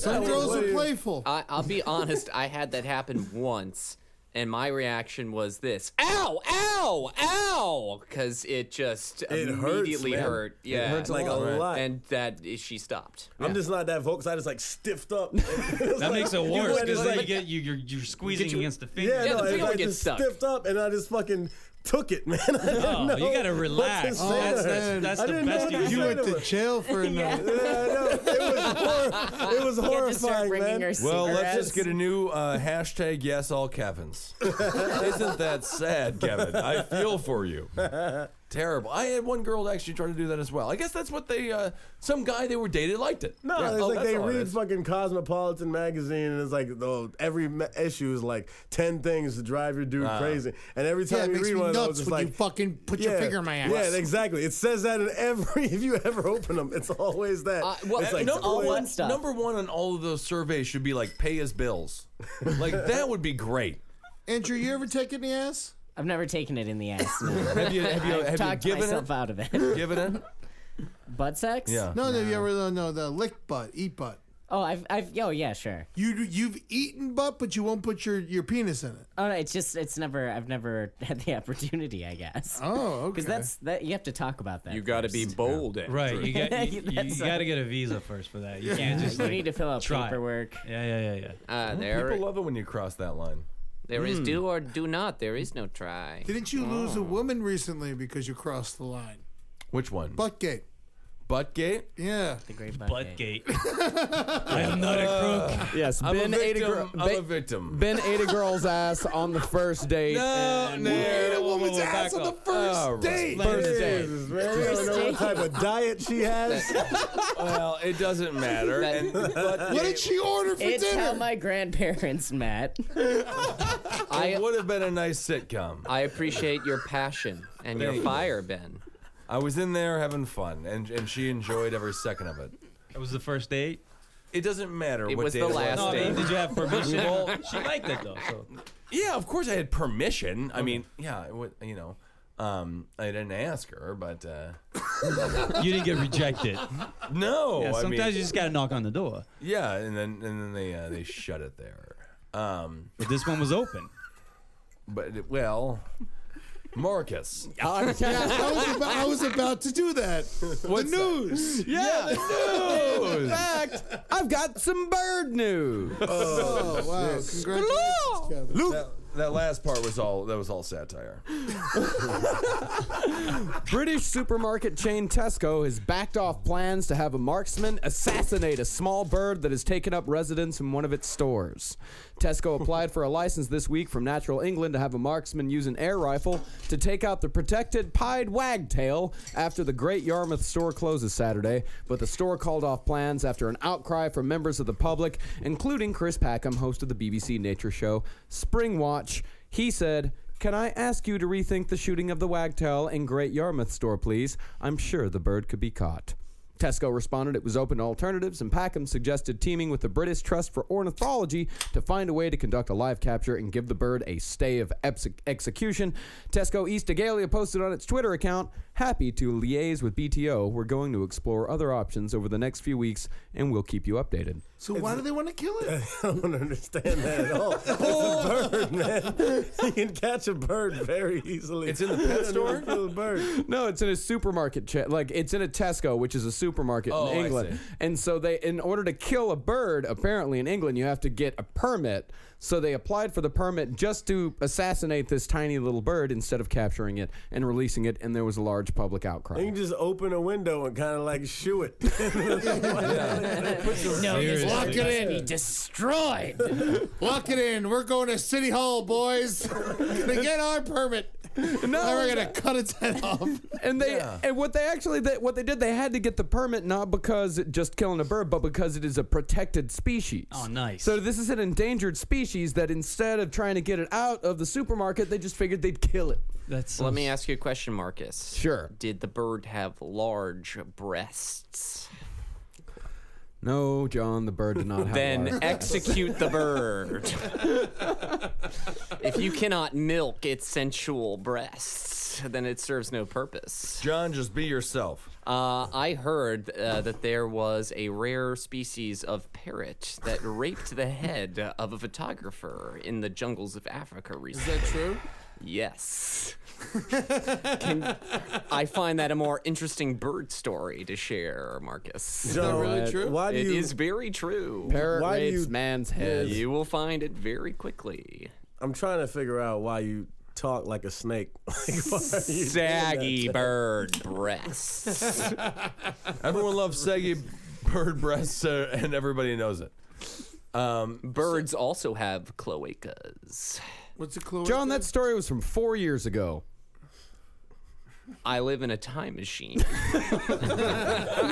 S7: playful.
S3: I, I'll be honest. I had that happen once, and my reaction was this: "Ow, ow, ow!" Because it just
S11: It hurts,
S3: immediately
S11: man.
S3: hurt.
S11: It
S3: Yeah,
S11: hurts a Like a lot. lot.
S3: And that she stopped.
S11: I'm just not that vocal. 'cause I just like stiffed up. that
S1: that makes it worse
S11: like,
S1: because then you
S11: like-
S1: get you you're, you're squeezing against the finger.
S11: Yeah, no, if I just
S1: stuck.
S11: stiffed up and I just fucking took it, man. I didn't
S1: Oh,
S11: know
S1: you gotta
S11: what to
S1: relax.
S11: say
S1: That's-
S11: to her.
S1: that's- that's
S11: I
S1: the
S11: didn't know
S1: best
S11: what
S1: you can
S11: to say
S1: do. You went
S11: her.
S1: to jail for a
S11: yeah.
S1: night.
S11: I know. It was, hor- it was
S9: You have to start
S11: horrifying,
S9: bringing
S11: man.
S9: her
S8: Well, let's just get a new uh, hashtag. Yes, all Kevin's. Isn't that sad, Kevin? I feel for you. Terrible. I had one girl actually try to do that as well. I guess that's what they. Uh, some guy they were dated liked it.
S11: No,
S8: Yeah.
S11: it's
S8: Oh,
S11: like
S8: that's
S11: they
S8: all it
S11: read
S8: is.
S11: fucking Cosmopolitan magazine, and it's like oh, every ma- issue is like ten things to drive your dude
S7: Ah.
S11: crazy. And every
S7: Yeah, it
S11: time you
S7: makes
S11: read
S7: me
S11: one of
S7: nuts
S11: those, it's
S7: when
S11: like
S7: you fucking put your finger in my ass.
S11: Yeah, exactly. It says that in every. If you ever open them, it's always that.
S7: Uh,
S11: it's like
S8: number,
S11: toys.
S8: one, number one on all of those surveys should be like pay his bills. like that would be great.
S7: Andrew, you ever taken the ass?
S9: I've never taken it in the ass. no.
S8: Have you- have you-
S9: I've
S8: have you
S9: talked
S8: given
S9: myself
S8: it?
S9: out of it.
S8: Given it?
S9: Butt sex?
S7: No, no, you ever no, no the lick butt, eat butt.
S9: Oh, I've, I've, oh yeah, sure.
S7: You you've eaten butt, but you won't put your your penis in it.
S9: Oh no, it's just, it's never, I've never had the opportunity, I guess.
S7: Oh,
S9: Because
S7: okay.
S9: that's that you have to talk about that.
S3: You got to be bold, eh? Andrew.
S1: Right, you got you, you,
S9: That's
S1: got
S9: a-
S1: to get a visa first for that. You can't
S9: Yeah,
S1: just
S9: you
S1: like,
S9: need to fill out
S1: try.
S9: paperwork.
S1: Yeah, yeah, yeah, yeah.
S3: Uh,
S8: Well,
S3: there,
S8: People love it when you cross that line.
S3: there is
S8: Hmm.
S3: do or do not. There is no try.
S7: Didn't you lose a woman recently because you crossed the line?
S8: Which one?
S7: Buttgate.
S8: Buttgate.
S7: Yeah.
S9: The great
S1: Buttgate. I am not a crook.
S12: Uh, Yes,
S8: I'm a
S12: Ben ate a
S8: victim.
S12: girl.
S8: I'm a victim.
S12: Ben ate a girl's ass on the first date.
S8: No,
S12: and-
S8: no.
S7: a woman's
S8: back
S7: ass on the
S8: up.
S7: first
S8: All right.
S7: date.
S12: First date.
S11: Jesus, man, we don't know what type of diet she has.
S8: well, it doesn't matter. And, but
S7: What did she order for
S9: It's how
S7: dinner?
S9: my grandparents met.
S8: it would have been a nice sitcom.
S3: I appreciate your passion and your
S8: Thank you.
S3: fire, Ben.
S8: I was in there having fun, and, and she enjoyed every second of it.
S1: It was the first date.
S8: It doesn't matter
S3: It
S8: what
S3: was
S8: day
S3: the
S8: it
S3: last
S1: No, I mean,
S3: date.
S1: did you have permission?
S8: Well-
S1: she liked it though. So
S8: Yeah, of course I had permission. I mean, yeah, it would- you know, um, I didn't ask her, but uh,
S1: you didn't get rejected.
S8: no.
S1: yeah,
S8: I
S1: sometimes
S8: mean,
S1: you just got to knock on the door.
S8: yeah, and then and then they uh, they shut it there. Um,
S1: But this one was open.
S8: but it- well, Marcus.
S7: Yeah, I was, about, I was about to do that.
S8: What's
S7: the
S8: that?
S7: news.
S12: Yeah. In
S8: News.
S12: fact, I've got some bird news.
S7: Oh, wow. Congratulations, Kevin.
S8: That, that last part was all that was all satire.
S12: British supermarket chain Tesco has backed off plans to have a marksman assassinate a small bird that has taken up residence in one of its stores. Tesco applied for a license this week from Natural England to have a marksman use an air rifle to take out the protected pied wagtail after the Great Yarmouth store closes Saturday, but the store called off plans after an outcry from members of the public, including Chris Packham, host of the BBC nature show Spring Watch. He said, can I ask you to rethink the shooting of the wagtail in Great Yarmouth store, please? I'm sure the bird could be caught. Tesco responded it was open to alternatives, and Packham suggested teaming with the British Trust for Ornithology to find a way to conduct a live capture and give the bird a stay of ex- execution. Tesco East Agalia posted on its Twitter account Happy to liaise with BTO. We're going to explore other options over the next few weeks, and we'll keep you updated.
S7: So why do they want to kill it?
S11: I don't understand that at all. It's a bird, man. You can catch a bird very easily.
S8: It's in the pet store?
S11: Kill a bird.
S12: No, it's in a supermarket. Cha- like it's in a Tesco, which is a supermarket
S8: Oh, I
S12: in England.
S8: see.
S12: And so they, in order to kill a bird, apparently in England, you have to get a permit. So they applied for the permit just to assassinate this tiny little bird instead of capturing it and releasing it. And there was a large public
S11: You
S12: outcry.
S11: can just open a window and kind of like shoo it.
S9: no, this
S1: Seriously.
S7: Lock
S9: bird
S7: it
S9: must
S7: in.
S9: be destroyed.
S7: Lock it in. We're going to City Hall, boys. to get our permit. Now we're gonna cut its head off.
S12: And they
S8: Yeah.
S12: and what they actually they, what they did they had to get the permit not because it just killing a bird but because it is a protected species.
S1: Oh, nice.
S12: So this is an endangered species that instead of trying to get it out of the supermarket, they just figured they'd kill it.
S1: That's
S3: Let me ask you a question, Marcus.
S12: Sure.
S3: Did the bird have large breasts?
S12: No, John, the bird did not have
S3: Then
S12: large-
S3: execute the bird. if you cannot milk its sensual breasts, then it serves no purpose.
S8: John, just be yourself.
S3: Uh, I heard uh, that there was a rare species of parrot that raped the head of a photographer in the jungles of Africa recently. Is that true? Yes. Can- I find that a more interesting bird story to share, Marcus.
S11: John,
S12: really true?
S11: Why do
S3: It
S11: you?
S3: is very true.
S12: Parrot
S11: Why do
S12: rapes
S11: you-
S12: man's head.
S3: You will find it very quickly.
S11: I'm trying to figure out why you talk like a snake. Like, why are you doing
S3: Saggy
S11: that?
S3: bird breasts.
S8: Everyone loves saggy bird breasts, uh, and everybody knows it. Um,
S3: Birds also have cloacas.
S7: What's a cloaca?
S12: John, that story was from four years ago.
S3: I live in a time machine.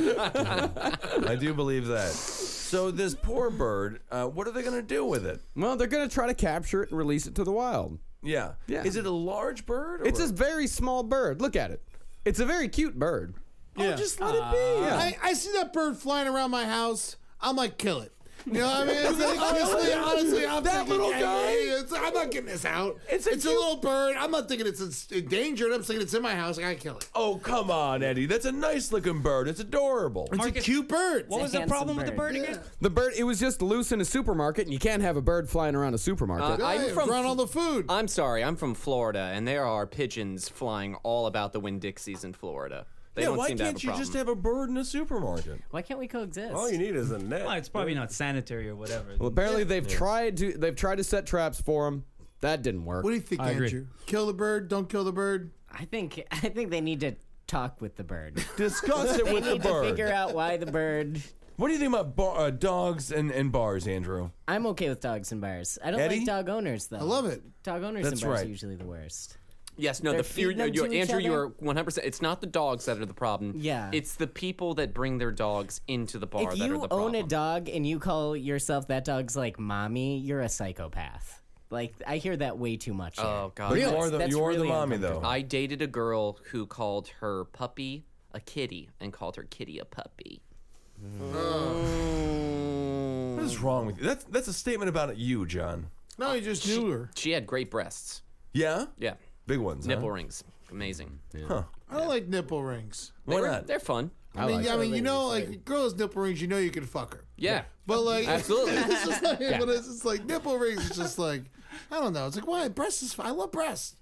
S8: I do believe that. So this poor bird, uh, what are they going to do with it?
S12: Well, they're going to try to capture it and release it to the wild.
S8: Yeah.
S12: Yeah.
S8: Is it a large bird? Or
S12: It's a very small bird. Look at it. It's a very cute bird.
S7: Yeah.
S8: Oh, just let it be.
S7: I, I see that bird flying around my house. I'm like, kill it. You know what I mean? It's like, honestly, honestly, I'm
S8: That
S7: thinking,
S8: little
S7: hey,
S8: guy?
S7: hey, it's- I'm not getting this out. It's a, little bird. I'm not thinking it's, it's endangered. I'm thinking it's in my house. I gotta kill it.
S8: Oh come on, Eddie! That's a nice looking bird. It's adorable.
S7: It's a cute bird.
S1: What was the problem with the bird again?
S12: The bird, it was just loose in a supermarket, and you can't have a bird flying around a supermarket.
S3: Uh, I'm from
S7: run all the food.
S3: I'm sorry, I'm from Florida, and there are pigeons flying all about the Winn Dixies in Florida. They
S8: yeah.
S3: don't
S8: Why
S3: seem to have
S8: can't
S3: a
S8: you
S3: problem.
S8: just have a bird in a supermarket?
S9: Why can't we coexist?
S11: All you need is a net.
S1: Well, it's probably not sanitary or whatever.
S12: well, apparently they've tried to they've tried to set traps for them. That didn't work.
S7: What do you think,
S12: I agree.
S7: Andrew? Kill the bird. Don't kill the bird.
S9: I think I think they need to talk with the bird.
S8: Discuss it
S9: they
S8: with the
S9: need to figure
S8: bird.
S9: out why the bird.
S8: What do you think about bar- uh, dogs and, and bars, Andrew?
S9: I'm okay with dogs and bars. I don't
S8: Eddie?
S9: like dog owners though.
S7: I love it.
S9: Dog owners
S8: That's
S9: and bars
S8: right.
S9: are usually the worst.
S3: Yes, no,
S9: They're
S3: the fear.
S9: feeding them
S3: You're,
S9: to each
S3: Andrew,
S9: other?
S3: you're 100%. It's not the dogs that are the problem.
S9: Yeah.
S3: It's the people that bring their dogs into the bar
S9: if
S3: that are
S9: you
S3: the problem.
S9: own a dog and you call yourself that dog's like mommy, you're a psychopath. Like I hear that way too much. here.
S3: Oh, God.
S8: But you
S3: That's-
S8: are the
S9: that's
S8: you are the
S9: really
S8: mommy though.
S3: I dated a girl who called her puppy a kitty and called her kitty a puppy.
S8: What is wrong with you? That's that's a statement about you, John.
S7: No, you just knew her.
S3: She had great breasts.
S8: Yeah,
S3: Yeah.
S8: big ones.
S3: Nipple
S8: huh?
S3: rings. Amazing.
S7: I don't like nipple rings.
S8: Why
S3: They were-
S8: not?
S3: They're fun.
S7: I, mean, I mean, you know, like girls nipple rings, you know, you can fuck her.
S3: Yeah.
S7: But like,
S3: Absolutely.
S7: it's just like, but it's just like nipple rings. It's just like, I don't know. It's like why breasts is. I love breasts.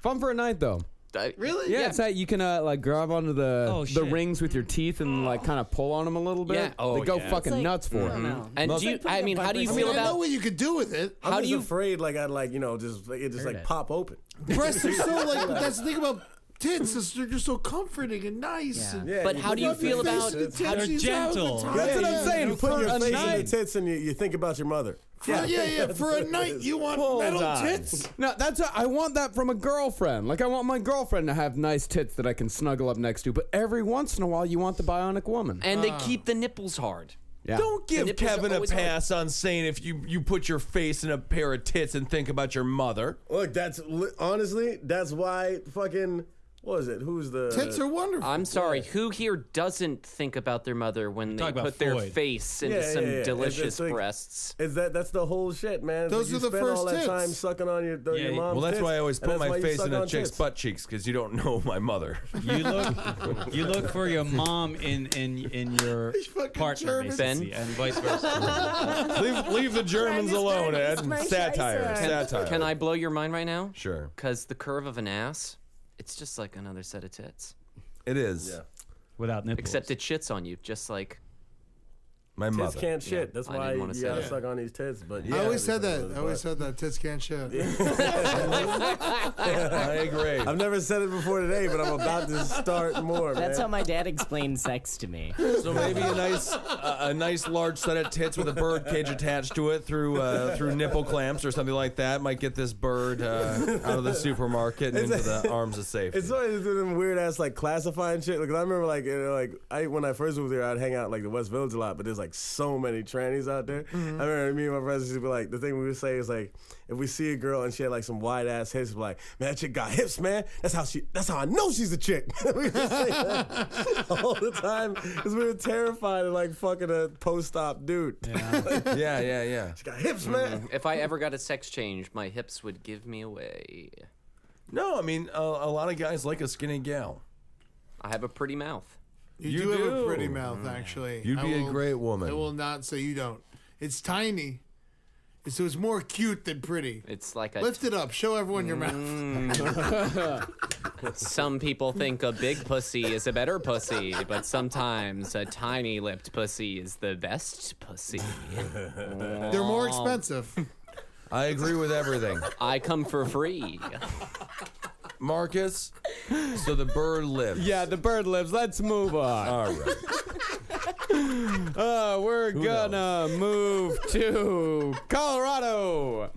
S12: Fun for a night though.
S3: I-
S7: Really?
S12: Yeah, it's that you can uh, like grab onto the
S1: Oh,
S12: the
S1: shit.
S12: rings with your teeth and like kind of pull on them a little bit.
S3: Yeah. Oh,
S12: they go
S3: yeah.
S12: fucking
S9: It's like- uh,
S12: nuts for
S9: I
S12: it.
S9: don't know.
S3: And do you, I mean, how do you
S7: I
S3: feel
S7: mean, I know
S3: about
S7: what you could do with it.
S11: I'm
S3: how do
S11: just
S3: you
S11: afraid like I'd like you know just like it just like
S9: it.
S11: pop open.
S7: Breasts are so like. But that's the thing about tits is they're just so comforting and nice.
S9: Yeah.
S7: And
S11: Yeah,
S3: But how do you
S7: rub your
S3: feel
S7: face
S3: about-
S7: in the
S11: It's-
S7: tits,
S1: They're
S7: you just have a good
S1: gentle.
S7: time.
S12: That's what
S11: Yeah,
S12: I'm saying.
S11: You
S12: For
S11: put your
S12: a
S11: face in the
S12: night.
S11: tits and you, you think about your mother.
S7: Yeah, yeah, yeah. For a night, you want metal
S12: on.
S7: tits.
S12: No, that's a, I want that from a girlfriend. Like I want my girlfriend to have nice tits that I can snuggle up next to. But every once in a while, you want the bionic woman.
S3: And they keep the nipples hard.
S12: yeah.
S8: Don't give
S3: nipples are
S8: Kevin a
S3: always hard.
S8: pass on saying if you, you put your face in a pair of tits and think about your mother.
S11: Look, that's li- honestly that's why fucking what is it? Who's the
S7: Tits are wonderful.
S3: I'm sorry. Who here doesn't think about their mother when they
S1: Talk about
S3: put their
S1: Freud.
S3: face into
S11: Yeah, yeah,
S3: some
S11: yeah. It's-
S3: delicious
S11: it's like-
S3: breasts?
S11: Is that that's the whole shit, man. It's
S7: Those
S11: like you
S7: are the
S11: spend all
S7: first
S11: that
S7: tits.
S11: time sucking on your,
S1: Yeah,
S11: your
S1: yeah.
S11: mom's
S8: Well, that's
S11: tits,
S8: why I always
S11: and
S8: put
S11: that's why
S8: my
S11: you
S8: face
S11: suck
S8: in a
S11: on
S8: chick's
S11: tits.
S8: butt cheeks because you don't know my mother.
S1: You look, you look for your mom in in in your
S7: fucking
S1: partner,
S7: Germans.
S1: basically, and vice versa.
S8: leave, leave the Germans alone, Ed. Satire. Satire.
S3: Can I blow your mind right now?
S8: Sure.
S3: Because the curve of an ass, it's just like another set of tits.
S8: It is.
S1: Without nipples.
S3: Except it shits on you, just like
S8: My
S11: Tits
S8: mother.
S11: can't shit. that's
S3: I
S11: why
S3: didn't
S11: you
S3: wanna
S11: gotta
S3: say that.
S11: suck on these tits. But
S7: I
S11: yeah,
S7: always
S11: they
S7: said
S11: suck on
S7: that.
S11: his
S7: I always said
S11: butt.
S7: that. Tits can't shit.
S8: I agree.
S11: I've never said it before today, but I'm about to start more.
S9: That's how
S11: man.
S9: my dad explained sex to me.
S8: so maybe a nice, a, a nice large set of tits with a bird cage attached to it through uh, through nipple clamps or something like that might get this bird uh, out of the supermarket and into the arms of safety.
S11: It's always them weird ass like classifying shit. Like 'cause I remember like you know, like I when I first moved here, I'd hang out like the West Village a lot, but there's like so many trannies out there. I remember me and my friends used to be like the thing we would say is like if we see a girl and she had like some wide ass hips, we're like man, that chick got hips, man. That's how she. That's how I know she's a chick. we would say that all the time because we were terrified of like fucking a post op dude.
S8: yeah, yeah, yeah. Mm-hmm.
S11: she got hips, man.
S3: if I ever got a sex change, my hips would give me away.
S8: No, I mean a, a lot of guys like a skinny gal.
S3: I have a pretty mouth.
S7: You,
S8: You
S7: do, have a
S8: do.
S7: pretty mouth, actually.
S8: Mm. You'd
S7: I
S8: be a
S7: will-
S8: great woman.
S7: I will not say you don't. It's tiny, so it's more cute than pretty.
S3: It's like a
S7: Lift it up. Show everyone your mouth.
S3: Some people think a big pussy is a better pussy, but sometimes a tiny lipped pussy is the best pussy.
S7: They're more expensive.
S8: I agree with everything.
S3: I come for free.
S8: Marcus, so the bird lives.
S12: Yeah, the bird lives. Let's move on.
S8: All right.
S12: Uh, we're gonna move to Colorado.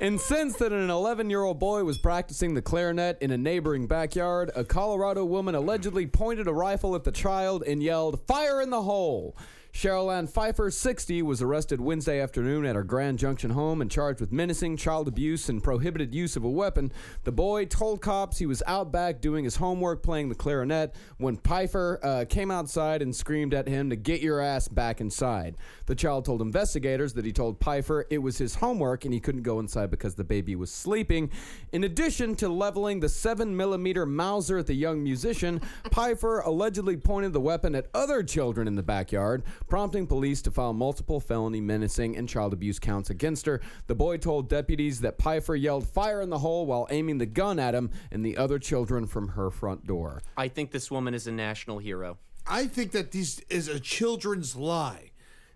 S12: Incensed that an 11 year old boy was practicing the clarinet in a neighboring backyard, a Colorado woman allegedly pointed a rifle at the child and yelled, Fire in the hole! Cheryl Ann Pfeiffer, 60, was arrested Wednesday afternoon at her Grand Junction home and charged with menacing, child abuse, and prohibited use of a weapon. The boy told cops he was out back doing his homework playing the clarinet when Pfeiffer uh, came outside and screamed at him to get your ass back inside. The child told investigators that he told Pfeiffer it was his homework and he couldn't go inside because the baby was sleeping. In addition to leveling the 7mm Mauser at the young musician, Pfeiffer allegedly pointed the weapon at other children in the backyard, prompting police to file multiple felony menacing and child abuse counts against her. The boy told deputies that Pfeiffer yelled fire in the hole while aiming the gun at him and the other children from her front door.
S3: I think this woman is a national hero.
S7: I think that this is a children's lie.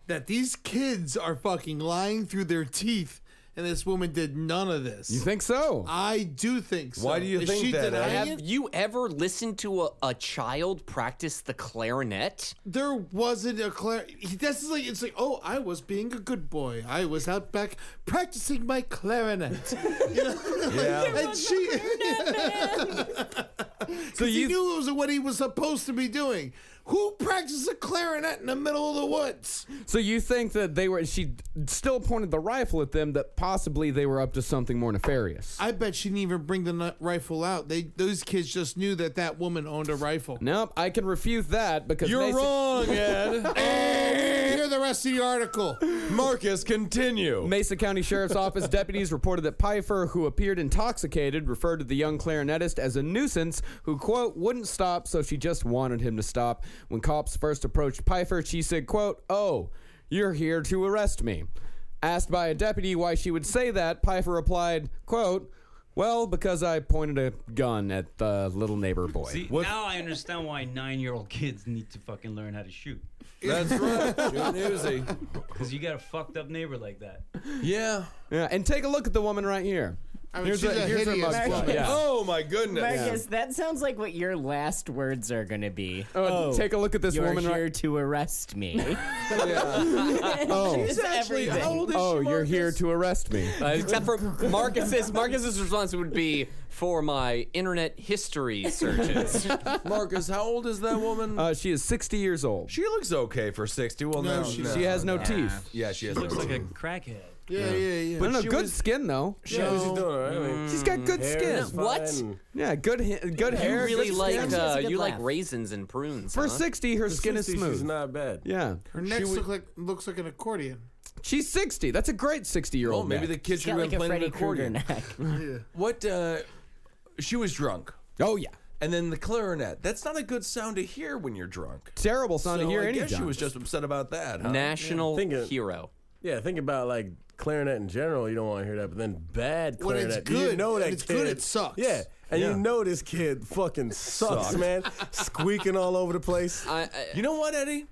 S7: That these kids are fucking lying through their teeth, and this woman did none of this. You
S12: think so?
S7: I do think so. Is she denying
S3: Have
S7: it?
S3: you ever listened to a, a child practice the clarinet?
S7: There wasn't a clar. he- This is like it's like oh, I was being a good boy. I was out back practicing my clarinet. You know?
S4: Yeah. There
S7: and
S4: was
S7: she. so you he knew it was what he was supposed to be doing. Who practices a clarinet in the middle of the woods?
S12: So you think that they were, she still pointed the rifle at them, that possibly they were up to something more nefarious?
S7: I bet she didn't even bring the nut rifle out. They those kids just knew that that woman owned a rifle. Oh,
S12: Nope, I can refute that because
S7: You're wrong, Ed.
S12: Hear
S7: the rest of the article.
S8: Marcus, continue.
S12: Mesa County Sheriff's Office deputies reported that Pfeiffer, who appeared intoxicated, referred to the young clarinetist as a nuisance who, quote, wouldn't stop, so she just wanted him to stop. When cops first approached Pfeiffer, she said, quote, Oh, you're here to arrest me. Asked by a deputy why she would say that, Pfeiffer replied, quote, well, because I pointed a gun at the little neighbor boy.
S1: See, now I understand why nine-year-old kids need to fucking learn how to shoot.
S8: That's right. Shoot newsy.
S1: Because you got a fucked up neighbor like that.
S8: Yeah.
S12: Yeah, and take a look at the woman right here.
S1: I mean, she's a hideous
S12: mugshot.
S9: woman.
S12: Yeah.
S8: Oh my goodness.
S9: Marcus, that sounds like what your last words are going to be.
S12: Oh, take a look at this
S9: You're
S12: woman right-
S9: here to arrest me.
S12: Oh,
S9: She's
S3: actually-
S9: everything.
S3: how old is
S12: oh you're here to arrest me.
S3: Uh, except for Marcus's Marcus's response would be for my internet history searches.
S8: Marcus, how old is that woman?
S12: Uh, she is 60 years old.
S8: She looks okay for 60. Well, no,
S12: No, she She has no teeth.
S8: Yeah, she has
S1: Looks
S8: no
S1: like a
S8: teeth.
S1: crackhead.
S7: Yeah, yeah, yeah.
S12: But no,
S8: she
S12: good
S8: was-
S12: skin though.
S8: She was doing all right. I mean,
S12: She's got good
S8: hair
S12: skin.
S8: is fine. Mm-hmm. What?
S12: Yeah, good, hi- good
S3: you
S12: hair.
S3: really
S12: good
S3: like
S12: skin.
S3: uh, you like raisins and prunes.
S12: For
S3: huh?
S12: 60, her
S3: For
S12: skin is
S3: 60,
S12: smooth.
S3: she's
S11: not bad.
S12: Yeah.
S7: Her neck look like, looks like an accordion.
S12: She's 60. That's a great 60 year old.
S8: Well, Oh, maybe the kid should have been playing an accordion.
S7: yeah.
S8: What? Uh, she was drunk.
S12: Oh yeah.
S8: And then the clarinet. That's not a good sound to hear when you're drunk.
S12: Terrible
S8: so
S12: sound to hear
S8: I
S12: any
S8: guess she
S12: time.
S8: was just upset about that. Huh?
S3: National
S11: Think of-
S3: hero.
S11: Yeah, think about like clarinet in general. You don't want to hear that, but then bad
S7: When
S11: clarinet.
S7: it's
S11: you
S7: good,
S11: know
S7: when
S11: that
S7: it's
S11: kid.
S7: good, it sucks.
S11: Yeah, and
S8: Yeah.
S11: you know this kid fucking sucks,
S8: Sucks.
S11: man. Squeaking all over the place.
S3: I,
S8: You know what, Eddie?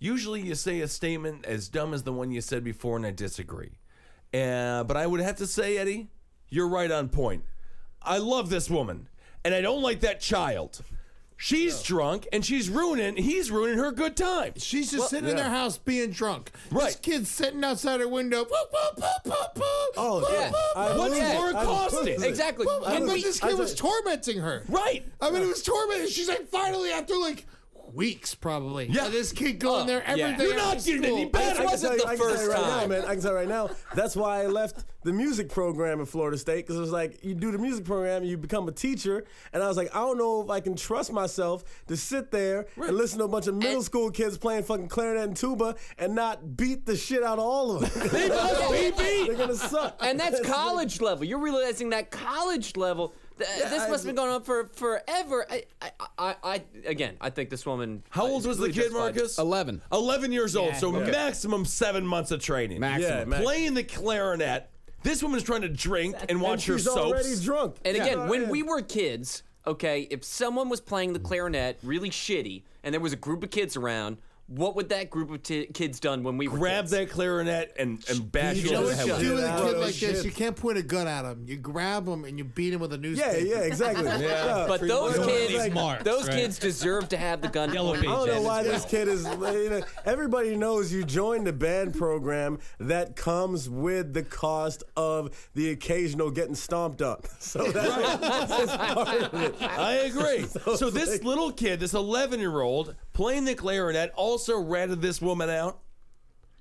S8: Usually you say a statement as dumb as the one you said before, and I disagree. Uh, but I would have to say, Eddie, you're right on point. I love this woman, and I don't like that child. She's drunk, and she's ruining. He's ruining her good time.
S7: She's just sitting in
S8: Yeah.
S7: their house being drunk. This
S8: Right.
S7: kid's sitting outside her window.
S11: Oh,
S3: yeah.
S11: I
S7: What's
S11: lose it.
S7: more
S11: I
S7: costing?
S11: lose it.
S3: Exactly.
S7: Well, I
S3: Can
S7: thought
S3: we-
S7: this
S11: I
S7: kid
S11: thought-
S7: was tormenting her.
S8: Right.
S7: I mean, it was tormenting. She's like, finally, after like weeks, probably. Yeah. This kid going there every day.
S8: yeah. You're not
S7: after
S8: getting any
S7: school.
S8: better.
S11: I can
S8: wasn't
S11: tell you,
S8: the
S11: I can tell
S8: first
S11: you right now,
S8: time.
S11: man. I can tell you right now. That's why I left the music program at Florida State because it was like you do the music program, you become a teacher, and I was like, I don't know if I can trust myself to sit there and listen to a bunch of middle school kids playing fucking clarinet and tuba and not beat the shit out of all of them. they
S3: must be beat.
S11: They're gonna suck.
S3: And that's college level. You're realizing that college level. Th- this
S11: I-
S3: must have been going on for forever. I, I, I, I, again, I think this woman.
S8: How old was the
S3: really
S8: kid,
S3: justified.
S8: Marcus?
S12: 11.
S8: 11 years old,
S3: Yeah.
S8: so
S3: Okay.
S8: maximum seven months of training.
S12: Maximum.
S11: Yeah, max.
S8: Playing the clarinet. This woman's trying to drink and watch
S11: she's
S8: her soaps.
S11: already drunk.
S3: And
S11: Yeah.
S3: again, when
S11: Yeah.
S3: we were kids, okay, if someone was playing the clarinet really shitty and there was a group of kids around, what would that group of ti kids done when we were
S8: Grab that clarinet and, and bash
S7: You
S8: it
S7: know
S8: over the
S7: what
S8: head
S7: you
S8: with
S7: do with
S8: it.
S7: a kid like this? You can't point a gun at him. You grab him and you beat him with a newspaper.
S11: yeah, exactly. Yeah.
S3: But those
S11: Pretty
S3: kids,
S11: much. Like-
S3: those
S11: Right.
S3: kids deserve to have the gun.
S11: I don't know why this kid is. you know, everybody knows you join the band program that comes with the cost of the occasional getting stomped up. So that's, that's part of it.
S8: I agree. So this little kid, this 11 year old playing the clarinet, also ratted this woman out.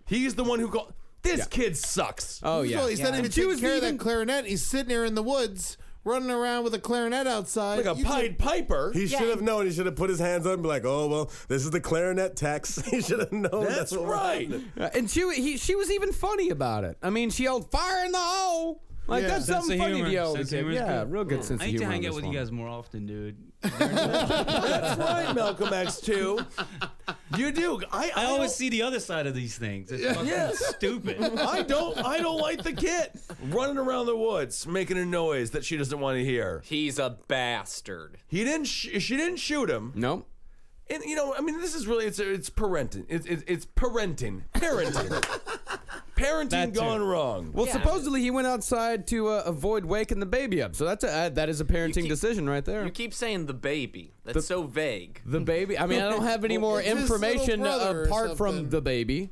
S8: He's the one who called. This kid sucks.
S12: Oh
S7: Well, he's not even
S8: And she
S7: taking
S8: was
S7: care of
S8: even
S7: that clarinet. He's sitting there in the woods, running around with a clarinet outside.
S11: Like a
S7: You
S11: Pied
S8: Piper.
S11: He should have known. He should have put his hands up and be like, "Oh well, this is the clarinet tax." he should have known.
S12: That's
S11: what
S12: right.
S11: happened.
S12: Uh, And she he, she was even funny about it. I mean, she yelled "fire in the hole!" Like
S1: Yeah.
S12: that's
S1: Sense
S12: something
S1: of
S12: funny
S1: humor.
S12: to yell. at a
S1: Sense of
S12: kid.
S1: humor is
S12: Yeah,
S1: good.
S12: real good sense
S1: I
S12: of
S1: need
S12: humor.
S1: to
S12: on
S1: hang out
S12: this
S1: with
S12: one.
S1: you guys more often, dude.
S8: That's right, Malcolm X too. You do. I,
S1: I always see the other side of these things. It's fucking
S8: Yes.
S1: stupid.
S8: I don't. I don't like the kid running around the woods making a noise that she doesn't want to hear.
S3: He's a bastard.
S8: He didn't. Sh- she didn't shoot him.
S12: No.
S8: And you know, I mean, this is really it's it's parenting. It's it's, it's parenting. Parenting. parenting gone wrong.
S12: Well, supposedly he went outside to uh, avoid waking the baby up. So that's a, uh, that is a parenting decision right there.
S3: You keep saying the baby. That's
S12: The-
S3: so vague.
S12: the baby. I mean, I don't have any
S3: Well,
S12: more
S3: it's his little
S12: information
S3: brother or
S12: apart from
S3: something.
S12: the baby.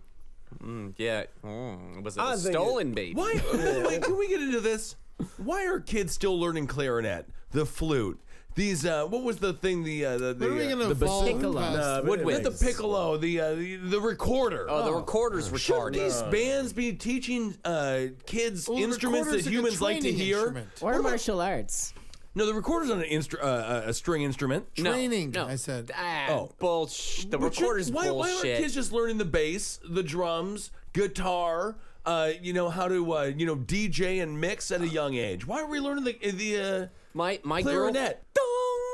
S3: Mm, yeah. Mm, was it
S8: I
S3: a
S8: think
S3: stolen baby?
S8: Why? wait, can we get into this? Why are kids still learning clarinet, the flute? These uh, what was the thing? The uh, the
S7: are we
S8: the, uh,
S7: gonna
S8: the
S7: evolve past?
S8: no,
S7: Woodwinds.
S8: woodwind, the piccolo, the uh, the, the recorder.
S3: Oh, the recorder's
S8: Should
S3: retarded.
S8: these
S3: No.
S8: bands be teaching uh, kids
S9: Well, the
S8: instruments that
S9: recorder's like a
S8: humans like to
S9: training
S8: hear?
S9: instrument. Or martial arts.
S8: No, the recorder's on an instru- uh, uh, a string instrument.
S7: Training, I said.
S3: oh, bullshit. The
S8: But you-
S3: recorder's
S8: why, Why
S3: bullshit.
S8: aren't kids just learning the bass, the drums, guitar? Uh, you know how to uh, you know DJ and mix at a young age. Why are we learning the the uh,
S3: my my girl-
S8: clarinet?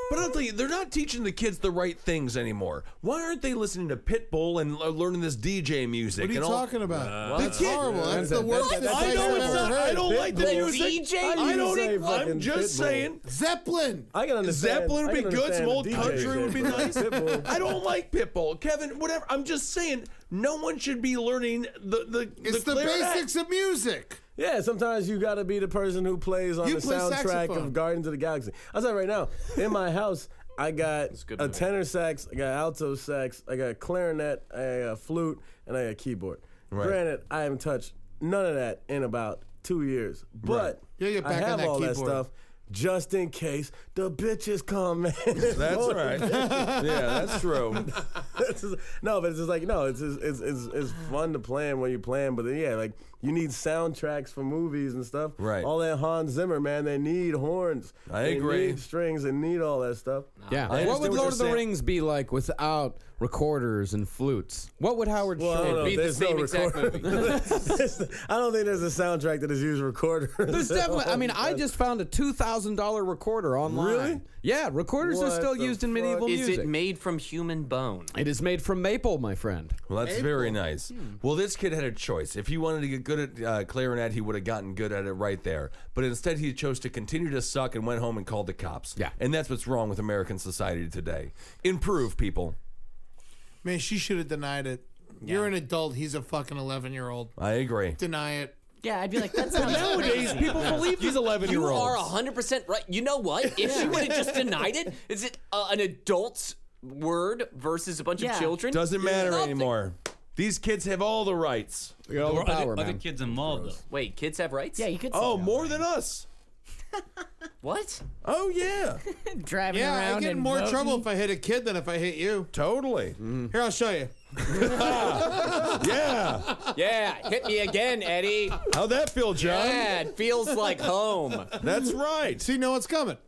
S8: But I'll tell you, they're not teaching the kids the right things anymore. Why aren't they listening to Pitbull and uh, learning this DJ music?
S7: What are you
S8: and all-
S7: talking about?
S8: The
S7: That's
S8: kid-
S7: horrible. That's the worst
S8: What?
S7: advice
S8: I
S7: I've
S8: know it's
S7: ever
S8: not. I
S7: heard.
S8: don't like the
S7: Pitbull.
S8: music.
S7: DJ
S8: I don't.
S7: music?
S8: I'm just
S7: Pitbull.
S8: saying.
S7: Zeppelin.
S11: I can understand.
S8: Zeppelin
S11: I
S8: would
S11: can
S8: be good. Some
S11: understand
S8: old
S11: DJ
S8: country would be
S11: shit.
S8: nice.
S11: Pitbull.
S8: I don't like Pitbull, Kevin. Whatever. I'm just saying, no one should be learning the the.
S11: It's the
S8: clarinet.
S11: basics
S7: of music.
S11: Yeah, sometimes you gotta be the person who plays on
S8: You
S11: the
S8: play
S11: soundtrack
S8: saxophone.
S11: of Guardians of the Galaxy. I said right now, in my house, I got
S3: good
S11: a
S3: movie.
S11: tenor sax, I got alto sax, I got clarinet, I got flute, and I got keyboard.
S8: Right.
S11: Granted, I haven't touched none of that in about two years, but
S7: You'll get
S11: I
S7: back on
S11: have
S7: that
S11: all that
S7: keyboard.
S11: stuff. Just in case the bitches come, man. That's
S8: right. Yeah, that's true.
S11: That's just- no, but it's just like no, it's just, it's it's it's fun to plan when you plan, but then, yeah, like you need soundtracks for movies and stuff.
S8: Right.
S11: All that Hans Zimmer, man, they need horns.
S8: I
S11: They
S8: agree.
S11: need strings. They need all that stuff.
S12: Yeah. what would Lord of the Rings be like without recorders and flutes? What would Howard
S11: Well, I
S12: Shore
S11: don't know.
S12: be?
S11: There's no recorder. I don't think there's a soundtrack that is used recorder.
S12: There's definitely. I mean, I just found a two thousand dollar recorder online.
S11: Really?
S12: Yeah, recorders are
S11: What
S12: still
S11: the
S12: used in medieval
S3: Is
S12: music.
S3: it made from human bone?
S12: it is made from maple, my friend.
S8: Well, that's very nice. Well, this kid had a choice. If he wanted to get good at uh, clarinet, he would have gotten good at it right there. But instead, he chose to continue to suck and went home and called the cops. Yeah. And that's what's wrong with American society today. Improve, people.
S7: Man, she should have denied it. You're an adult. He's a fucking 11 year old.
S8: I agree.
S7: Deny it.
S9: Yeah, I'd be like, that's
S7: But
S8: nowadays, people believe these 11
S3: You
S8: year olds.
S3: are 100% right. You know what? If she would have just denied it, is it uh, an adult's word versus a bunch of children?
S8: Doesn't matter
S3: Nothing.
S8: anymore. These kids have all the rights.
S1: There were other, other kids involved, though.
S3: Wait, kids have rights? Yeah, you could.
S8: Oh, more than us.
S3: What?
S8: Oh yeah.
S9: Driving
S7: yeah,
S9: around
S7: I get in
S9: and
S7: more
S9: voting.
S7: trouble if I hit a kid than if I hit you.
S8: Totally.
S7: Here, I'll show you.
S8: yeah.
S3: Yeah, hit me again, Eddie.
S8: How'd that feel, John?
S3: Yeah, it feels like home.
S8: That's right.
S7: So you know what's coming.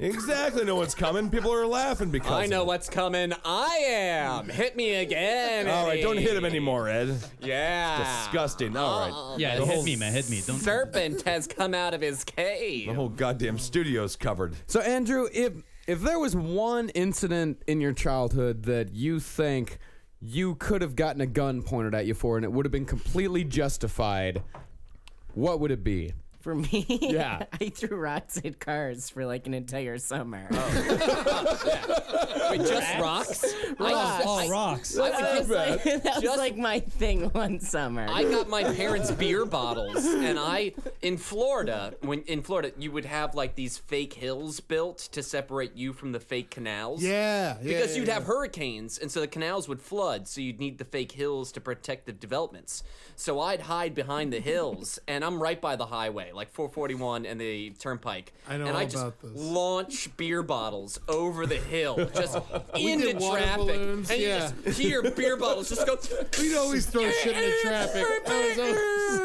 S8: Exactly know what's coming. People are laughing because
S3: I know
S8: Of
S3: what's coming. I am. Hit me again.
S8: it. All right, don't hit him
S3: Eddie.
S8: anymore, Ed.
S3: Yeah. Oh.
S8: Disgusting. All right.
S1: Yeah,
S8: the
S1: hit
S8: whole
S1: me, man. Hit me. Don't.
S3: Serpent has come out of his cave.
S8: The whole goddamn studio's covered.
S12: So, Andrew, if if there was one incident in your childhood that you think you could have gotten a gun pointed at you for, and it would have been completely justified, what would it be?
S9: For me,
S12: Yeah.
S9: I threw rocks at cars for like an entire summer.
S3: Wait, just rocks?
S9: Rocks.
S3: I- I- I would get-
S9: that was, like, that was
S3: Just-
S9: like my thing one summer.
S3: I got my parents' beer bottles, and I in Florida. When in Florida, you would have like these fake hills built to separate you from the fake canals.
S7: Yeah, yeah,
S3: because
S7: yeah,
S3: you'd have
S7: yeah.
S3: hurricanes, and so the canals would flood. So you'd need the fake hills to protect the developments. So I'd hide behind the hills, and I'm right by the highway, like 441 and the turnpike.
S7: I know
S3: and I
S7: all
S3: just
S7: about this.
S3: launch beer bottles over the hill, just
S7: We
S3: into
S7: did water
S3: traffic,
S7: balloons,
S3: and
S7: yeah.
S3: you just hear beer bottles just go.
S7: We'd always throw shit into traffic. I was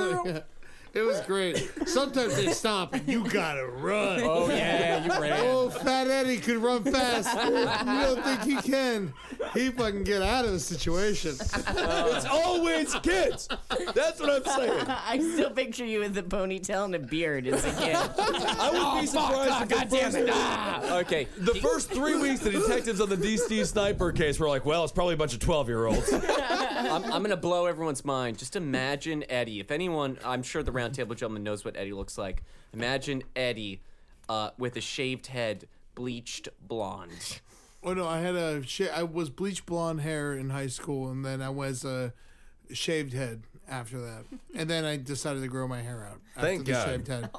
S7: always like- it was great. Sometimes they stop and you gotta run.
S4: Oh, yeah, you ran.
S7: Oh, Fat Eddie could run fast. you don't think he can? He fucking get out of the situation.
S8: it's always kids. That's what I'm saying.
S9: I still picture you with a ponytail and a beard as a kid.
S8: I would be surprised if the first-
S3: Okay.
S8: The first three weeks, the detectives on the DC sniper case were like, well, it's probably a bunch of 12 year olds.
S3: I'm, I'm gonna blow everyone's mind. Just imagine Eddie. If anyone, I'm sure the roundtable gentleman knows what Eddie looks like. Imagine Eddie uh, with a shaved head, bleached blonde.
S7: Oh no, I had a sh- I was bleach blonde hair in high school, and then I was a shaved head after that, and then I decided to grow my hair out. After
S8: Thank
S7: the
S8: God.
S7: Shaved head.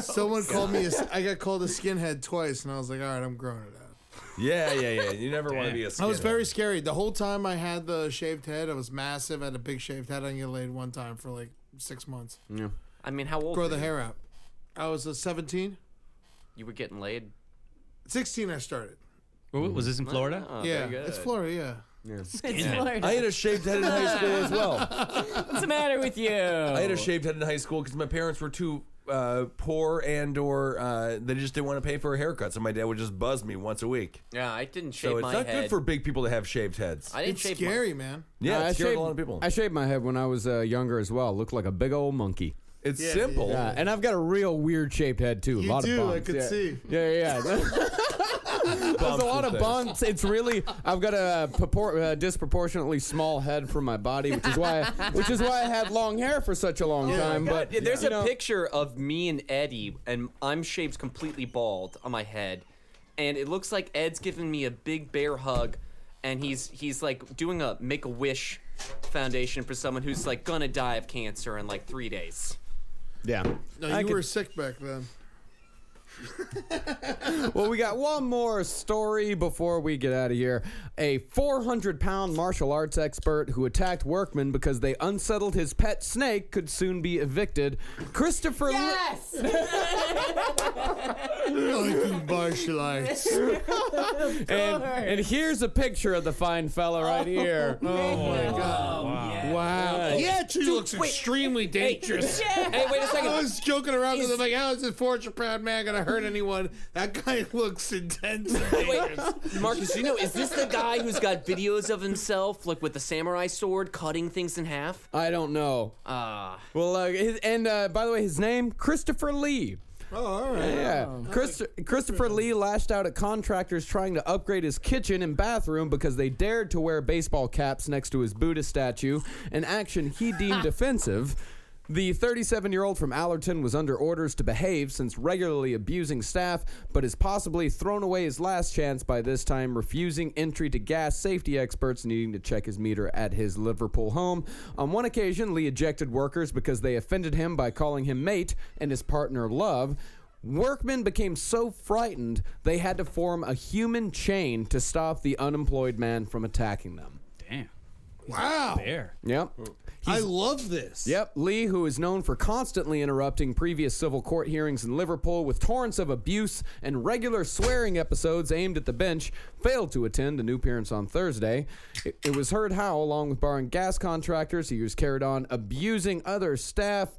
S7: Someone called me. A, s- I got called a skinhead twice, and I was like, all right, I'm growing it out.
S8: Yeah, yeah, yeah. You never want to be a
S7: I was
S8: skinhead.
S7: very scary the whole time. I had the shaved head. I was massive. I had a big shaved head. I didn't get laid one time for like six months.
S3: Yeah. I mean, how old?
S7: Grow
S3: were
S7: the
S3: you?
S7: hair out. I was uh, a 17,
S3: You were getting laid.
S7: 16. I started.
S1: Ooh, was this in Florida?
S3: Oh,
S7: yeah,
S3: very good.
S7: it's Florida. Yeah.
S9: It's Florida.
S8: I had a shaved head in high school as well.
S9: What's the matter with you?
S8: I had a shaved head in high school because my parents were too uh, poor and or uh, they just didn't want to pay for a haircut, so my dad would just buzz me once a week.
S3: Yeah, I didn't shave
S8: So it's
S3: my
S8: not
S3: head.
S8: good for big people to have shaved heads.
S3: I didn't shave my.
S7: man.
S8: Yeah,
S12: I
S8: it scared
S12: shaved
S8: a lot of people.
S12: I shaved my head when I was uh, younger as well. Looked like a big old monkey.
S8: It's Yeah, simple.
S12: Yeah, and I've got a real weird shaped head too.
S8: You
S12: a lot
S8: do,
S12: of
S8: I
S12: bumps.
S8: could
S12: yeah.
S8: see.
S12: Yeah, yeah. yeah. There's
S8: Bumps
S12: a lot
S8: and
S12: of
S8: things.
S12: bonds. It's really I've got a purport, uh, disproportionately small head for my body, which is why which is why I had long hair for such a long time. But
S3: Yeah, there's
S12: you
S3: a
S12: know,
S3: picture of me and Eddie, and I'm shaved completely bald on my head, and it looks like Ed's giving me a big bear hug, and he's he's like doing a Make a Wish Foundation for someone who's like gonna die of cancer in like three days.
S12: Yeah.
S7: No, you
S12: I could-
S7: were sick back then.
S12: well, we got one more story before we get out of here. A 400 pound martial arts expert who attacked workmen because they unsettled his pet snake could soon be evicted. Christopher. Yes!
S7: martial arts.
S12: and, and here's a picture of the fine fella right here. Oh my god. Wow.
S7: Yeah, it actually looks extremely dangerous.
S4: Yeah. Hey, wait a second.
S7: I was joking around because I'm
S4: Is-
S7: like, how is this 400 pound man going to hurt anyone? That guy looks intense. and dangerous.
S3: Marcus, you know, is this the guy who's got videos of himself, like with the samurai sword, cutting things in half?
S12: I don't know.
S3: Ah.
S12: Well, uh, his, and uh, by the way, his name Christopher Lee.
S7: Oh, all right.
S12: Yeah, Christ- Christopher Lee lashed out at contractors trying to upgrade his kitchen and bathroom because they dared to wear baseball caps next to his Buddha statue, an action he deemed offensive. The 37 year old from Allerton was under orders to behave since regularly abusing staff, but has possibly thrown away his last chance by this time, refusing entry to gas safety experts needing to check his meter at his Liverpool home. On one occasion, Lee ejected workers because they offended him by calling him mate and his partner love. Workmen became so frightened they had to form a human chain to stop the unemployed man from attacking them.
S1: Damn.
S7: Wow.
S1: Bear.
S12: Yep.
S7: I love this.
S12: Yep. Lee, who is known for constantly interrupting previous civil court hearings in Liverpool with torrents of abuse and regular swearing episodes aimed at the bench, failed to attend a new appearance on Thursday. It, it was heard how, along with bar and gas contractors, he was carried on abusing other staff.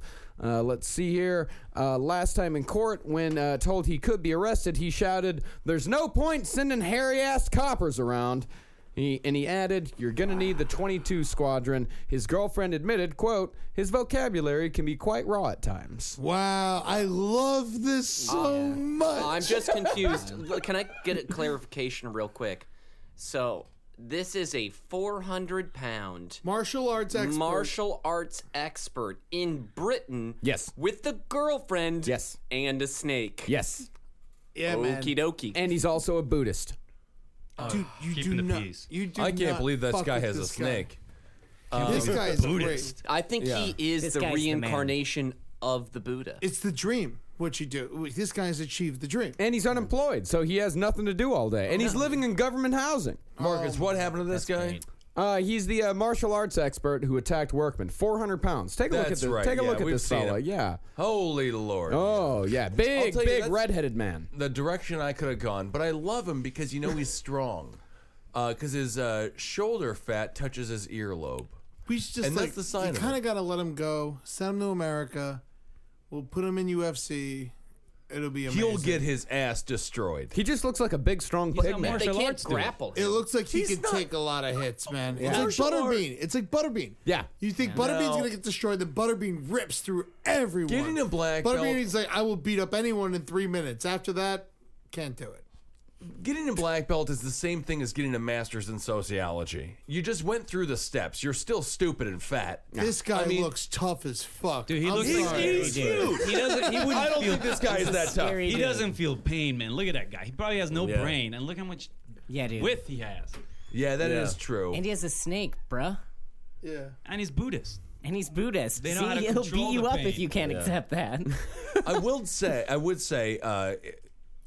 S12: Uh, let's see here. Uh, last time in court, when uh, told he could be arrested, he shouted, There's no point sending hairy ass coppers around. He, and he added, "You're gonna need the 22 squadron." His girlfriend admitted, "quote His vocabulary can be quite raw at times."
S7: Wow. I love this so much.
S3: I'm just confused. Look, Can I get a clarification real quick? So, This is a 400 pound
S7: martial arts expert.
S3: martial arts expert in Britain.
S12: Yes.
S3: With the girlfriend. Yes. And a snake.
S12: Yes.
S7: Yeah, man.
S3: Okie dokie.
S12: And he's also a Buddhist.
S7: Dude, you
S3: keeping
S7: do
S3: the
S7: not.
S3: peace.
S7: You do
S12: I can't
S7: not
S12: believe this
S7: fuck
S12: guy
S7: with
S12: has a
S7: this
S12: snake. Um,
S7: This guy is Buddhist. great.
S3: I think
S7: Yeah.
S3: he is
S7: This
S3: the
S7: guy's the man.
S3: reincarnation of the Buddha.
S7: It's the dream. What you do. This guy's achieved the dream.
S12: And he's unemployed, so he has nothing to do all day. And
S8: Oh,
S12: he's living in government housing.
S8: Marcus, what happened to this guy?
S12: Uh, he's the uh, martial arts expert who attacked workmen. 400 pounds. Take a look at
S8: That's
S12: this.
S8: right,
S12: Take a
S8: yeah,
S12: look at
S8: we've
S12: this
S8: seen
S12: fella.
S8: him.
S12: Yeah.
S8: Holy Lord.
S12: Oh yeah, big
S8: tell you,
S12: big
S8: that's-
S12: redheaded man.
S8: the direction I could have gone, but I love him because you know he's strong. Because his uh, shoulder fat touches his earlobe.
S7: We should just
S8: And that's
S7: like
S8: the sign of
S7: you
S8: it.
S7: kind of got to let him go. Send him to America. We'll put him in UFC. It'll be amazing.
S8: He'll get his ass destroyed.
S12: He just looks like a big strong
S7: He's
S12: pig.
S7: a
S12: man.
S7: martial They can't arts dude. grapple him. It looks like he
S12: He's
S7: could
S12: not-
S7: take a lot of hits, man.
S12: Yeah.
S7: It's like
S12: Martial art-
S7: Butterbean. It's like Butterbean.
S12: Yeah.
S7: You think
S12: Yeah.
S7: Butterbean's
S12: No.
S7: gonna get destroyed? The Butterbean rips through everyone.
S8: Getting a black
S7: Butterbean
S8: belt-
S7: is like, I will beat up anyone in three minutes. After that, can't do it.
S8: Getting a black belt is the same thing as getting a master's in sociology. You just went through the steps. You're still stupid and fat.
S7: This guy
S8: I mean,
S7: looks tough as fuck.
S8: Dude, he
S7: I'm
S8: looks like
S7: sorry.
S8: he's
S1: He
S8: huge.
S1: doesn't. He wouldn't
S8: I don't
S1: feel,
S8: think this guy is that tough.
S1: He
S8: Dude.
S1: doesn't feel pain, man. Look at that guy. He probably has no
S8: Yeah.
S1: brain, and look how much
S9: yeah, dude.
S1: width he has.
S8: Yeah, that is
S1: Yeah.
S8: true.
S9: And he has a snake, bruh.
S7: Yeah.
S1: And he's Buddhist.
S9: And he's Buddhist.
S1: They know
S9: See,
S1: how to
S9: he'll
S1: control
S9: beat you
S1: the
S9: up
S1: pain.
S9: if you can't
S8: Yeah.
S9: accept that.
S8: I will say, I would say, uh,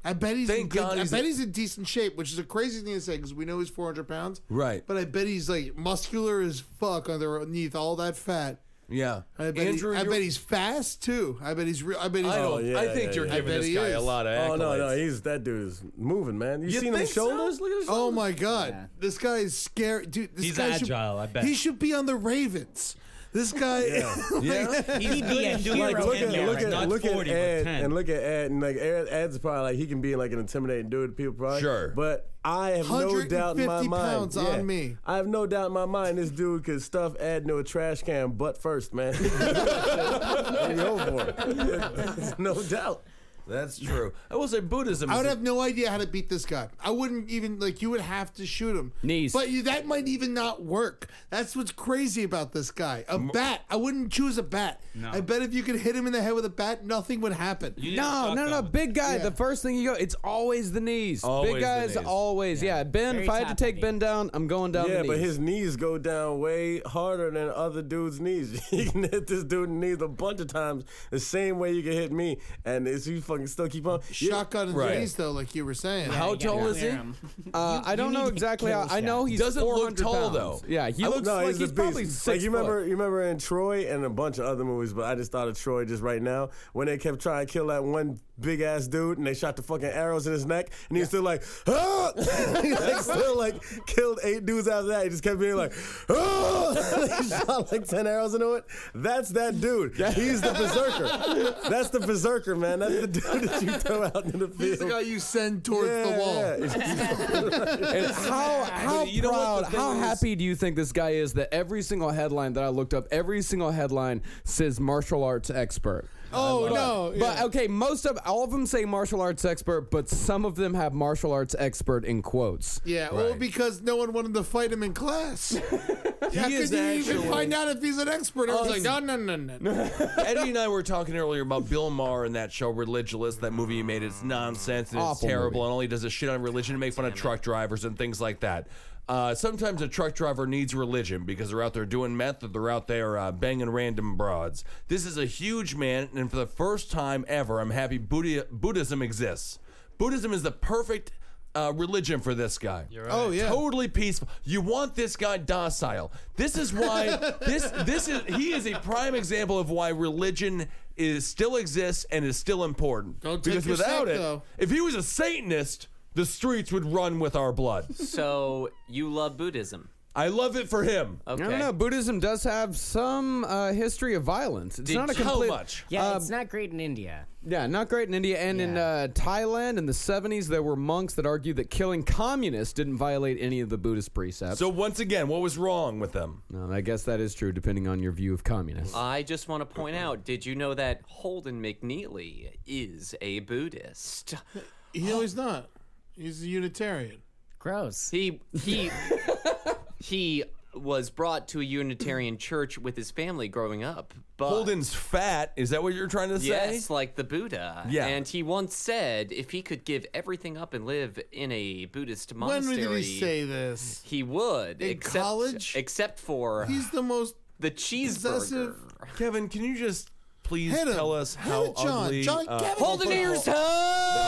S7: I bet he's in
S8: Thank
S7: good,
S8: God
S7: I
S8: he's-
S7: bet he's in decent shape, which is a crazy thing to say because we know he's 400 pounds.
S8: right.
S7: But I bet he's like muscular as fuck underneath all that fat.
S8: Yeah.
S7: I bet, he-
S8: Andrew,
S7: I
S8: you're-
S7: bet he's fast too. I bet he's real. I bet he's.
S8: I
S12: Oh,
S8: don't- I think you're
S7: I
S8: giving
S7: bet
S8: this
S7: he
S8: guy
S7: is.
S8: a lot of
S11: Oh no, no,
S8: accolades.
S11: he's that dude is moving, man. You, seen his shoulders? Look at his
S7: Oh
S11: shoulders.
S7: my god, this guy is scary, dude. This
S11: He's
S7: guy Should,
S11: agile, I bet.
S7: he should be on the Ravens. This guy,
S11: Yeah.
S7: like-
S1: He'd be a hero
S11: Like, look
S1: in
S11: at
S1: there.
S11: look at
S1: Not
S11: look
S1: 40, but
S11: at Ed
S1: 10.
S11: and look at Ed and like Ed, Ed's probably like he can be like an intimidating dude to people probably.
S8: Sure.
S11: but I have no doubt in my
S7: 150
S11: mind.
S7: pounds on me.
S11: I have no doubt in my mind this dude could stuff Ed into a trash can butt first, man. Like, go for it. no doubt.
S8: That's true. I will say Buddhism.
S7: I
S8: is
S7: would
S8: a-
S7: have no idea how to beat this guy. I wouldn't even like. You would have to shoot him
S12: knees,
S7: but you, that might even not work. That's what's crazy about this guy. A bat. I wouldn't choose a bat.
S12: No.
S7: I bet if you could hit him in the head with a bat, nothing would happen.
S12: No, no, no, big guy. The first thing you go, it's always the knees.
S11: Always the
S12: big guys,
S11: knees.
S12: always. Yeah, Ben.
S11: Very
S12: if I had to
S11: top
S12: take Ben down, I'm going down.
S11: yeah,
S12: the
S11: but
S12: knees.
S11: his knees go down way harder than other dudes' knees. you can hit this dude in the knees a bunch of times the same way you can hit me, and it's you fucking still keep on
S7: Shotgun in the knees, though, like you were saying.
S11: How Yeah, you gotta tall is he? clear him.
S12: Uh, I don't know exactly how. I know he's
S8: Doesn't look
S12: 400
S8: tall,
S12: pounds.
S8: though.
S12: Yeah, he
S11: I-
S12: looks
S11: no,
S12: like he's,
S11: a beast.
S12: probably six.
S11: like you
S12: foot.
S11: remember, you remember in Troy and a bunch of other movies, but I just thought of Troy just right now when they kept trying to kill that one big ass dude and they shot the fucking arrows in his neck and he was still like, ah! he like, still like killed eight dudes after that. He just kept being like, ah! he shot like ten arrows into it. That's that dude. He's the berserker. That's the berserker man. That's the dude that you throw out into the field.
S7: He's the guy you send towards the wall.
S12: And how how
S8: you know what
S12: proud,
S8: the thing
S12: how
S8: is?
S12: happy do you think this guy is that every single headline that I looked up, every single headline says martial arts expert.
S7: Oh
S12: But-
S7: no!
S12: But okay, most of all of them say martial arts expert, but some of them have martial arts expert in quotes.
S7: Yeah, well, because no one wanted to fight him in class. How could
S8: is
S7: you even
S8: actually-
S7: find out if he's an expert? I was like, no, no, no, no.
S8: Eddie and I were talking earlier about Bill Maher and that show Religious, that movie he made. It's nonsense and it's
S12: Awful
S8: terrible,
S12: movie.
S8: and all he does is shit on religion and make fun of truck drivers and things like that. Uh, sometimes a truck driver needs religion because they're out there doing meth or they're out there uh, banging random broads. This is a huge man, and for the first time ever, I'm happy Buddhi- Buddhism exists. Buddhism is the perfect uh, religion for this guy.
S7: Oh, yeah.
S8: totally peaceful. You want this guy docile. This is why this this is he is a prime example of why religion is still exists and is still important.
S7: Don't take
S8: because
S7: your
S8: without
S7: step,
S8: it,
S7: though.
S8: if he was a Satanist, the streets would run with our blood.
S3: So you love Buddhism.
S8: I love it for him.
S3: Uh,
S12: I don't know. Buddhism does have some uh, history of violence. It's
S8: Did
S12: not a
S8: you- how
S12: complete.
S8: much?
S9: yeah,
S12: Uh,
S9: it's not great in India.
S12: Yeah, not great in India and in uh, Thailand in the 70s. There were monks that argued that killing communists didn't violate any of the Buddhist precepts.
S8: So once again, what was wrong with them?
S12: No, I guess that is true, depending on your view of communists.
S7: Uh,
S3: I just want to point out did you know that Holden McNeely is a Buddhist?
S7: He- No, he's not. He's a Unitarian.
S9: Gross.
S3: He he he was brought to a Unitarian church with his family growing up. But
S8: Holden's fat. Is that what you're trying to say?
S3: Yes, like the Buddha.
S8: Yeah.
S3: And he once said if he could give everything up and live in a Buddhist
S7: When
S3: monastery,
S7: did he say this?
S3: he would.
S7: In
S3: except,
S7: college?
S3: Except for
S7: He's the most
S3: the cheeseburger.
S7: possessive.
S8: Kevin, can you just please
S7: Hit him.
S8: tell us
S7: Hit
S8: how
S7: it, John.
S8: ugly?
S7: John,
S8: uh,
S7: Kevin,
S3: Hold an ears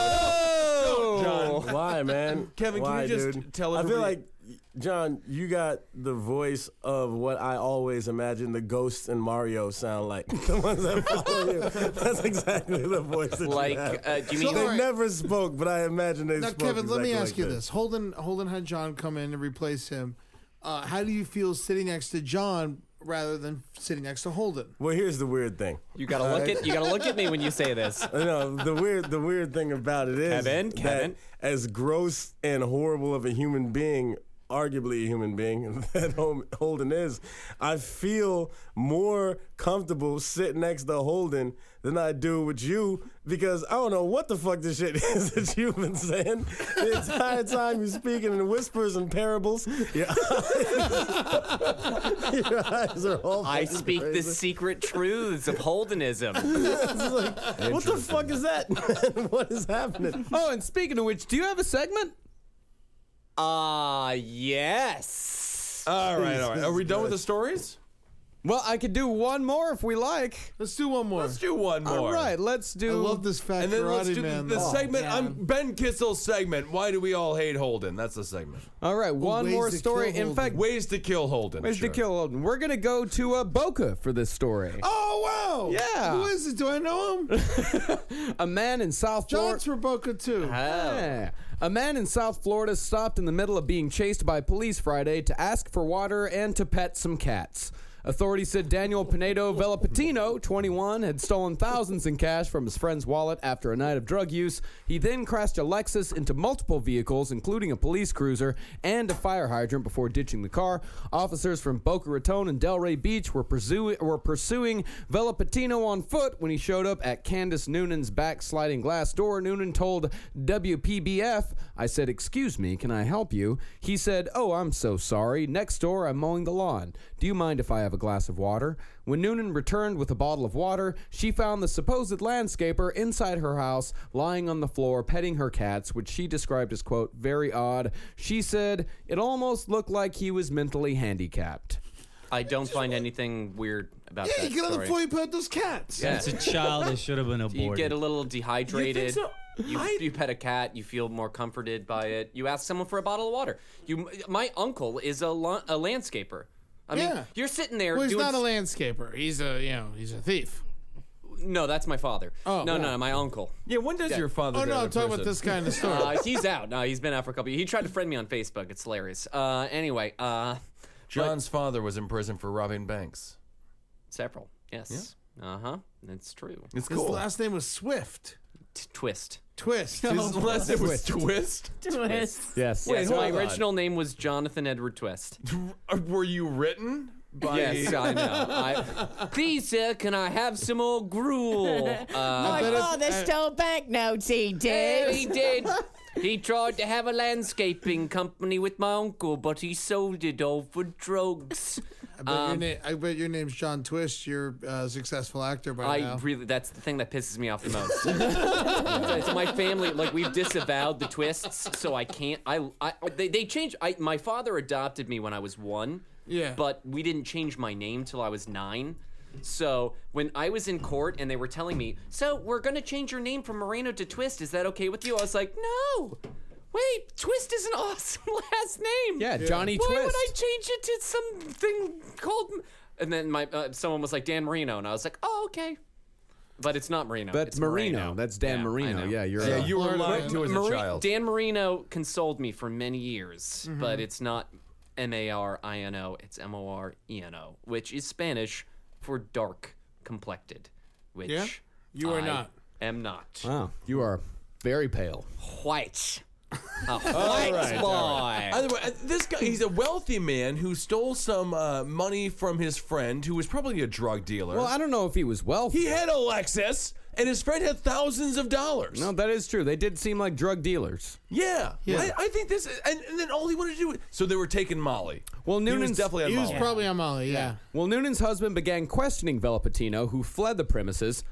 S3: toe.
S8: John,
S11: Why, man?
S8: Kevin, can you
S11: Why,
S8: just
S11: dude?
S8: tell
S11: I feel
S8: everybody-
S11: like, John, you got the voice of what I always imagine the ghosts in Mario sound like. the ones that follow you. That's exactly the voice that
S3: Like,
S11: you have.
S3: uh, do you
S11: So
S3: mean-
S11: they
S7: Alright.
S11: never spoke, but I imagine they
S7: Now,
S11: spoke.
S7: Kevin, let me
S11: exactly
S7: ask
S11: like
S7: you this: Holden, Holden had John come in and replace him. Uh, how do you feel sitting next to John rather than sitting next to Holden?
S11: Well, here's the weird thing.
S3: You gotta look at you gotta look at me when you say this.
S11: No, the weird the weird thing about it is
S3: Kevin,
S11: that
S3: Kevin.
S11: as gross and horrible of a human being, arguably a human being that Hol- Holden is, I feel more comfortable sitting next to Holden than I do with you because I don't know what the fuck this shit is that you've been saying the entire time you're speaking in whispers and parables. Your eyes, your eyes are all
S3: I
S11: fucking
S3: speak the
S11: crazy.
S3: secret truths of Holdenism.
S11: It's like, what the fuck is that? what is happening?
S12: Oh, and speaking of which, do you have a segment?
S3: Ah, yes.
S8: all right, all right. Are we done with the stories?
S12: Well, I could do one more if we like.
S7: Let's do one more.
S8: Let's do one more.
S12: All right, let's
S7: I
S12: do.
S7: love this fat
S8: And then
S7: karate
S8: let's do the,
S7: man.
S8: the
S7: though.
S8: segment. I'm Ben Kissel's segment. Why do we all hate Holden? That's the segment.
S12: All right, one
S7: ways
S12: more
S7: to
S12: story.
S7: kill
S12: In
S7: Holden.
S12: fact,
S8: Ways to kill Holden.
S12: ways
S8: sure.
S12: to kill Holden. We're gonna go to uh, Boca for this story.
S7: Oh wow!
S12: Yeah.
S7: Who is it? Do I know him?
S12: A man in South Florida.
S7: John's from Boca too.
S12: Yeah. A man in South Florida stopped in the middle of being chased by police Friday to ask for water and to pet some cats. Authorities said Daniel Pinedo Velopatino, 21, had stolen thousands in cash from his friend's wallet after a night of drug use. He then crashed a Lexus into multiple vehicles, including a police cruiser and a fire hydrant, before ditching the car. Officers from Boca Raton and Delray Beach were, pursue- were pursuing Velopatino on foot when he showed up at Candace Noonan's back sliding glass door. Noonan told WPBF, I said, Excuse me, can I help you? He said, Oh, I'm so sorry. Next door, I'm mowing the lawn. Do you mind if I have a glass of water? When Noonan returned with a bottle of water, she found the supposed landscaper inside her house, lying on the floor, petting her cats, which she described as, quote, very odd. She said, It almost looked like he was mentally handicapped.
S3: I don't find anything weird about
S7: Yeah,
S3: that.
S7: you get on the
S3: story.
S7: floor, you put those cats.
S3: Yeah.
S1: It's a child that should have been aborted.
S3: You get a little dehydrated.
S11: so?
S3: You, you pet a cat, you feel more comforted by it. You ask someone for a bottle of water. You, my uncle is a, la- a landscaper. I mean,
S7: Yeah.
S3: you're sitting there.
S7: Well, he's
S3: doing
S7: not a landscaper. He's a you know he's a thief.
S3: No, that's my father.
S7: Oh,
S3: no,
S7: yeah.
S3: no, no, my uncle.
S8: Yeah, when does your father?
S7: Oh
S8: go
S7: no,
S8: to
S7: I'm talking
S8: prison?
S7: about this guy in the store.
S8: Ah,
S3: Uh, he's out. No, he's been out for a couple. He tried to friend me on Facebook. It's hilarious. Uh, anyway, uh,
S8: John's father was in prison for robbing banks.
S3: several. Yes. Uh huh. That's true.
S7: His
S8: It's cool.
S7: last name was Swift.
S3: T- twist.
S7: Twist.
S8: His last name was Twist.
S9: Twist.
S12: Yes.
S8: hold
S3: yes, my
S8: on.
S3: original name was Jonathan Edward Twist.
S8: Uh, Were you written by?
S3: Yes, I know. I, Please, sir, can I have some more gruel? Uh,
S7: I bet
S9: My
S7: it's-
S9: father "Oh, stole banknotes, he
S3: yeah,
S9: did.
S3: he did. He tried to have a landscaping company with my uncle, but he sold it all for drugs.
S7: I bet,
S8: Um,
S7: your na- I bet your name's John Twist. You're a successful actor by
S3: I
S7: now.
S3: really, that's the thing that pisses me off the most. so, so my family, like, we've disavowed the twists, so I can't. I, I they, they changed. I, my father adopted me when I was one.
S7: Yeah.
S3: But we didn't change my name till I was nine. So when I was in court and they were telling me, so we're gonna change your name from Moreno to Twist. Is that okay with you? I was like, no. Wait, Twist is an awesome last name.
S12: Yeah, Johnny
S3: Why would
S12: Twist.
S3: I change it to something called? And then my uh, someone was like Dan Marino, and I was like, oh okay, but it's not Marino.
S12: That's
S3: it's
S12: Marino. That's Dan
S3: Yeah, I
S12: Marino.
S3: know.
S12: Yeah, you're
S8: Yeah,
S12: right.
S8: you were
S7: Florida
S8: lied
S7: man.
S8: to as a
S3: Mari-
S8: child.
S3: Dan Marino consoled me for many years,
S12: Mm-hmm.
S3: but it's not M A R I N O. It's M O R E N O, which is Spanish for dark complected. Which
S7: Yeah? You are
S3: I
S7: not.
S3: Am not
S12: Wow, you are very pale.
S3: white. A white
S8: right,
S3: boy.
S8: Either way, uh, this guy—he's a wealthy man who stole some uh, money from his friend, who was probably a drug dealer.
S12: Well, I don't know if he was wealthy.
S8: he had a Lexus, and his friend had thousands of dollars.
S12: No, that is true. They did seem like drug dealers.
S8: Yeah,
S12: Yeah.
S8: I, I think this, is, and, and then all he wanted to do. Was, so they were taking Molly.
S12: Well,
S8: He was
S12: Noonan's
S8: definitely on Molly.
S7: on Molly, yeah.
S12: Well, Noonan's husband began questioning Velopatino, who fled the premises.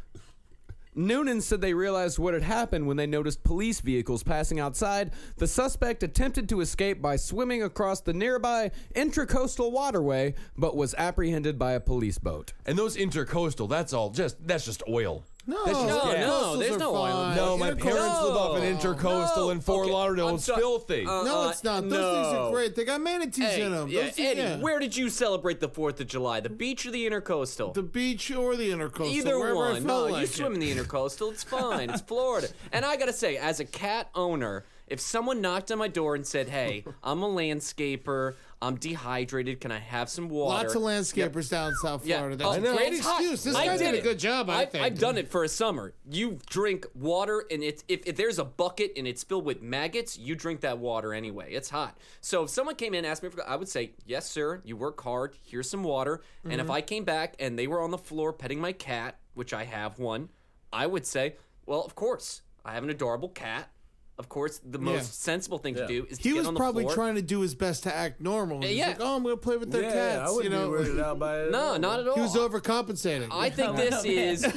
S12: Noonan said they realized what had happened when they noticed police vehicles passing outside. The suspect attempted to escape by swimming across the nearby intracoastal waterway, but was apprehended by a police boat.
S8: And those intercoastal, that's all just that's just oil.
S7: No,
S8: that's
S7: No, no, there's no oil.
S8: No, my
S7: Intercoastal-
S8: parents live up in
S7: No.
S3: Oh,
S8: intercoastal in Fort Lauderdale. It's filthy.
S7: no, it's not. Those things are
S3: Uh, no.
S7: great. They got manatees
S3: Hey,
S7: in them.
S3: yeah,
S7: Those,
S3: Eddie,
S7: yeah.
S3: where did you celebrate the Fourth of July? The beach or the intercoastal?
S7: The beach or the intercoastal?
S3: Either
S7: wherever I
S3: one. No,
S7: felt
S3: you
S7: like
S3: swim in the intercoastal. It's fine. it's Florida. And I gotta say, as a cat owner, if someone knocked on my door and said, "Hey, I'm a landscaper. I'm dehydrated. Can I have some water?"
S7: Lots of landscapers down South
S3: Yeah.
S7: Florida.
S3: Oh,
S7: That's a great
S3: it's hot.
S7: excuse. This
S3: I
S7: guy did, a
S3: it.
S7: good job, I,
S3: I've,
S7: think.
S3: I've done it for a summer. You drink water, and it's if, if there's a bucket and it's filled with maggots, you drink that water anyway. It's hot. So if someone came in and asked me, for, I would say, "Yes, sir. You work hard. Here's some water." And if
S7: Mm-hmm.
S10: Mhm.
S3: I came back and they were on the floor petting my cat, which I have one, I would say, "Well, of course, I have an adorable cat." Of course, the
S7: Yeah.
S3: most sensible thing to do is to
S7: He
S3: get
S7: was
S3: on the
S7: probably
S3: floor.
S7: trying to do his best to act normal. He's
S3: Yeah.
S7: like, oh, I'm going to play with their
S3: Yeah, I
S7: cats. you
S3: wouldn't be
S7: know?
S3: weirded out by it at No, all. not at
S7: He
S3: all.
S7: was overcompensating.
S3: I
S12: Oh,
S3: think this is I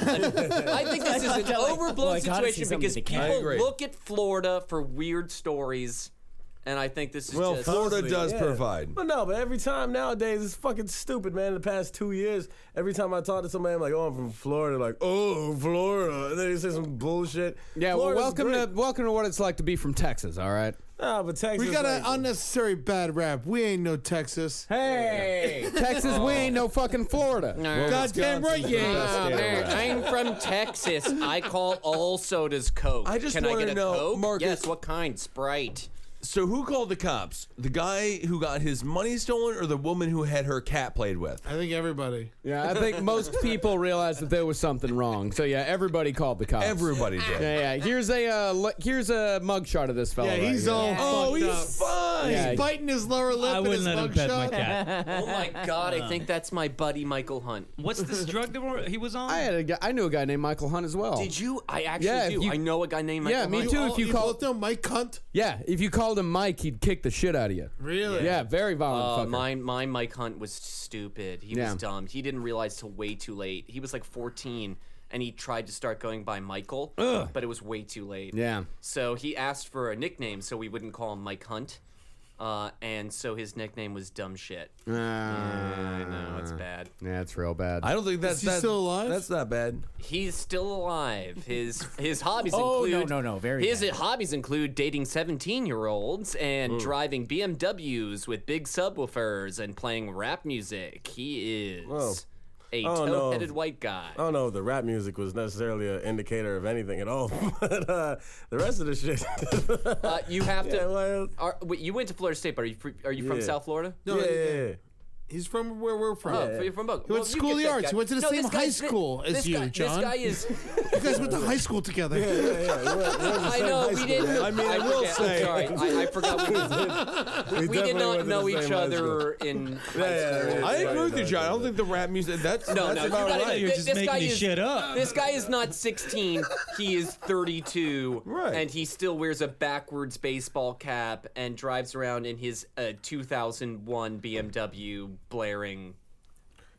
S3: think this is an overblown situation because people look at Florida for weird stories, and I think this is
S11: Well,
S3: just
S11: Florida does Yeah.
S8: provide.
S11: But no, but every time nowadays it's fucking stupid, man. In the past two years, every time I talk to somebody, I'm like, "Oh, I'm from Florida." Like, "Oh, Florida," and then they say some bullshit.
S12: Yeah, well,
S11: Florida's
S12: welcome
S11: great.
S12: to welcome to what it's like to be from Texas. All right.
S11: Nah, but Texas.
S7: We got an
S11: like-
S7: unnecessary bad rap. We ain't no Texas.
S12: Hey, Texas, we ain't no fucking Florida.
S3: Well,
S7: Goddamn right,
S3: Wisconsin's
S7: yeah.
S3: the best state in the I'm from Texas. I call all sodas Coke.
S8: I just
S3: Can I
S8: want
S3: get
S8: to
S3: a
S8: know,
S3: Coke?
S8: Marcus.
S3: Yes. What kind? Sprite.
S8: So who called the cops? The guy who got his money stolen, or the woman who had her cat played with?
S7: I think everybody.
S12: Yeah, I think most people realized that there was something wrong. So yeah, everybody called the cops.
S8: Everybody did.
S12: Yeah, yeah. Here's a uh, le- here's a mugshot of this fella.
S7: Yeah,
S12: right
S7: he's
S12: here.
S7: all
S8: Oh,
S7: fucked
S8: he's
S7: up.
S8: fine.
S12: Yeah.
S7: He's biting his lower lip
S12: I
S7: in
S12: wouldn't
S7: his
S12: let him pet my
S7: mugshot.
S12: cat.
S3: Oh my God! I think that's my buddy Michael Hunt.
S1: What's this drug that he was on?
S12: I had a guy, I knew a guy named Michael Hunt as well.
S3: Did you? I actually
S12: Yeah, if
S3: do.
S12: you-
S3: I know a guy named Michael
S12: Oh. yeah, me
S3: Hunt.
S12: too. if you called
S7: him Mike Hunt.
S12: Yeah, if you called him Mike, he'd kick the shit out of you.
S7: Really?
S12: Yeah, very
S3: Uh,
S12: violent. fucker.
S3: my my Mike Hunt was stupid. He
S12: Yeah.
S3: was dumb. He didn't realize till way too late. He was like 14, and he tried to start going by Michael,
S12: Ugh.
S3: but it was way too late.
S12: Yeah.
S3: So he asked for a nickname, so we wouldn't call him Mike Hunt, uh, and so his nickname was Dumb Shit.
S12: Uh, yeah,
S3: I know it's bad.
S12: Yeah, it's real bad.
S8: I don't think that's that,
S7: alive?
S8: That's not bad.
S3: He's still alive. His his hobbies
S9: Oh, no,
S3: include
S9: no, no, very
S3: his hobbies include dating 17-year-olds and driving BMWs with big subwoofers and playing rap music. He is
S11: Whoa.
S3: a
S11: Oh, no. Oh.
S3: tow-headed white guy.
S11: I don't know if the rap music was necessarily an indicator of anything at all, but uh, the rest of the shit.
S3: Uh, you have to. are, wait, you went to Florida State, but are you fr- are you from
S11: Yeah.
S3: South Florida?
S7: No,
S11: yeah,
S7: he-
S11: yeah, yeah.
S7: He's from where we're from.
S3: Oh, you're from Boca.
S7: He went
S3: Well,
S7: to
S3: you
S7: school of
S3: get
S7: the
S3: that
S7: arts.
S3: guy.
S7: He went to the
S3: No,
S7: same
S3: this guy-
S7: high
S3: thi-
S7: school
S3: this
S7: as you,
S3: guy- this
S7: John.
S3: guy is-
S7: you guys went to high school together.
S11: Yeah, yeah, yeah. We're- we're in the
S3: I
S11: same
S3: know
S11: high
S3: we
S11: school.
S3: didn't.
S11: I mean, I,
S3: forget-
S11: will
S3: I'm
S11: say,
S3: sorry, I, I forgot. We, we, did
S11: We definitely went
S3: not
S11: to
S3: know
S11: the
S3: each
S11: same high
S3: other in. high school.
S8: I agree with you, John. I don't think the rap music. That's
S3: No,
S8: that's about
S3: no, you gotta,
S8: right.
S3: thi- this guy is, This guy is not 16. He is 32,
S8: Right.
S3: and he still wears a backwards baseball cap and drives around in his uh, 2001 BMW blaring.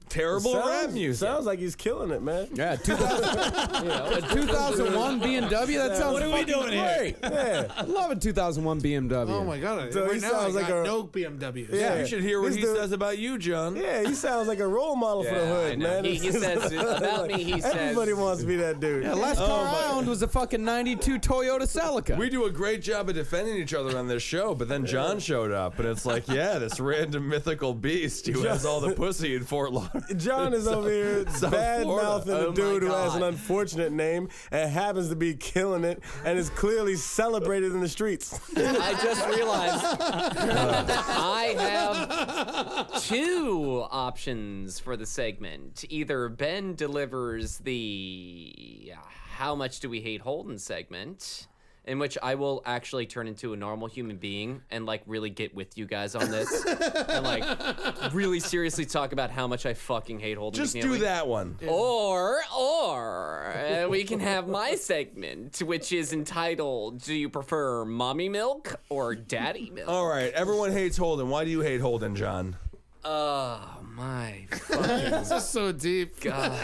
S8: Terrible
S11: sounds,
S8: rap music.
S11: Sounds like he's killing it, man.
S12: Yeah, 2000,
S11: You know,
S12: a 2001 BMW. That sounds
S1: What are we
S12: fucking
S1: doing here?
S12: great.
S11: Yeah.
S12: I love a 2001 BMW.
S7: Oh my god!
S11: Dude,
S7: right
S11: he
S7: now, I
S11: sounds like
S7: got
S11: a-
S7: no BMWs.
S11: Yeah.
S8: You should hear what
S11: This
S8: he
S11: dude-
S8: says about you, John.
S11: Yeah, he sounds like a role model for
S3: Yeah,
S11: the
S3: I
S11: hood,
S3: know.
S11: man.
S3: He- he says it- about me, he says-
S11: everybody wants to be that dude.
S12: Yeah, last car
S11: my-
S12: I owned was a fucking 92 Toyota Celica.
S8: We do a great job of defending each other on this show, but then John showed up, and it's like, yeah, this random mythical beast who has all the pussy in Fort Lauderdale.
S11: John is over here
S8: South
S11: bad mouthing
S8: Florida.
S11: a
S3: Oh my
S11: dude who has an
S3: God.
S11: unfortunate name and happens to be killing it and is clearly celebrated in the streets.
S3: I just realized I have two options for the segment. Either Ben delivers the How Much Do We Hate Holden segment, in which I will actually turn into a normal human being and like really get with you guys on this and like really seriously talk about how much I fucking hate Holden.
S8: Just do
S3: McNeely.
S8: that one.
S3: Or, or uh, we can have my segment, which is entitled "Do you prefer mommy milk or daddy milk?"
S8: All right, everyone hates Holden. Why do you hate Holden, John?
S3: Oh my fucking
S7: this is so deep.
S3: god!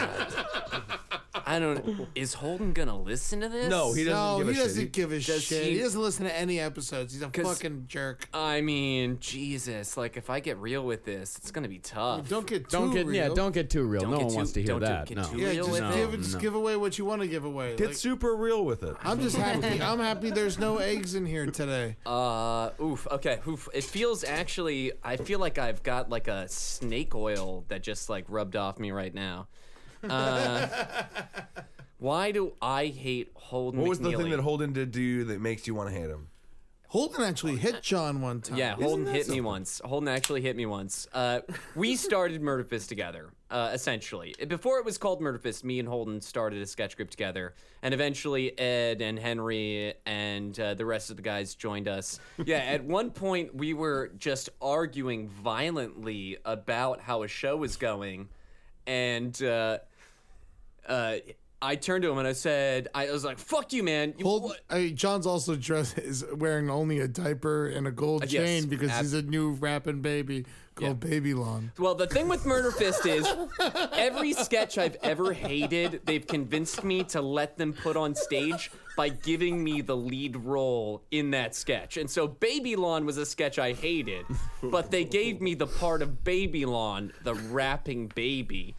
S3: I don't. Is Holden gonna listen to this?
S7: No,
S8: Oh,
S7: he doesn't give a
S3: Does
S7: shit.
S3: he-
S7: He, doesn't listen to any episodes. He's a
S3: 'Cause-
S7: fucking jerk.
S3: I mean, Jesus! Like, if I get real with this, it's gonna be tough.
S7: Don't get too
S12: Don't get
S7: real.
S12: yeah, don't get too real.
S3: Don't
S12: no
S3: get
S12: one
S3: too-
S12: wants to hear
S3: don't do-
S12: that.
S3: get
S12: no.
S3: too
S7: Yeah,
S3: real
S7: just,
S3: with
S7: give,
S12: it.
S7: just
S12: No.
S7: give away what you want to give away.
S8: Get
S7: Like,
S8: super real with it.
S7: I'm just happy. I'm happy. There's no eggs in here today.
S3: Uh, oof. Okay, oof. It feels actually. I feel like I've got like a snake oil that just like rubbed off me right now. Uh, why do I hate Holden?
S8: What was the
S3: McNeely?
S8: thing that Holden did to you that makes you want to hate him?
S7: Holden actually hit John one time.
S3: Yeah, Holden hit me once. Holden actually hit me once. Uh, we started Murder Fist together, uh, essentially. Before it was called Murder Fist, me and Holden started a sketch group together, and eventually Ed and Henry and uh, the rest of the guys joined us. Yeah, at one point we were just arguing violently about how a show was going, and. Uh, uh, I turned to him and I said, I was like, fuck you, man. You-
S7: Hold, I, John's also dressed is wearing only a diaper and a gold
S3: Uh, yes,
S7: chain because
S3: ab-
S7: he's a new rapping baby called Baby Lawn.
S3: Well, the thing with Murder Fist is every sketch I've ever hated, they've convinced me to let them put on stage by giving me the lead role in that sketch. And so Baby Lawn was a sketch I hated, but they gave me the part of Baby Lawn, the rapping baby,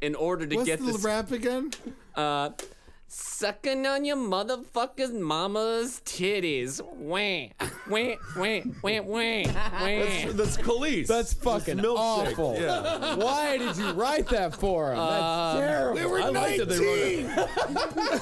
S3: in order to
S7: What's
S3: get
S7: the
S3: this
S7: rap again?
S3: uh, sucking on your motherfucker's mama's titties. Wah, wah, wah, wah, wah, wah.
S8: That's, that's police.
S12: That's fucking
S8: milkshake.
S12: awful.
S8: Yeah.
S12: Why did you write that for him? That's
S3: Uh,
S12: terrible.
S3: we were
S12: I like that they wrote it.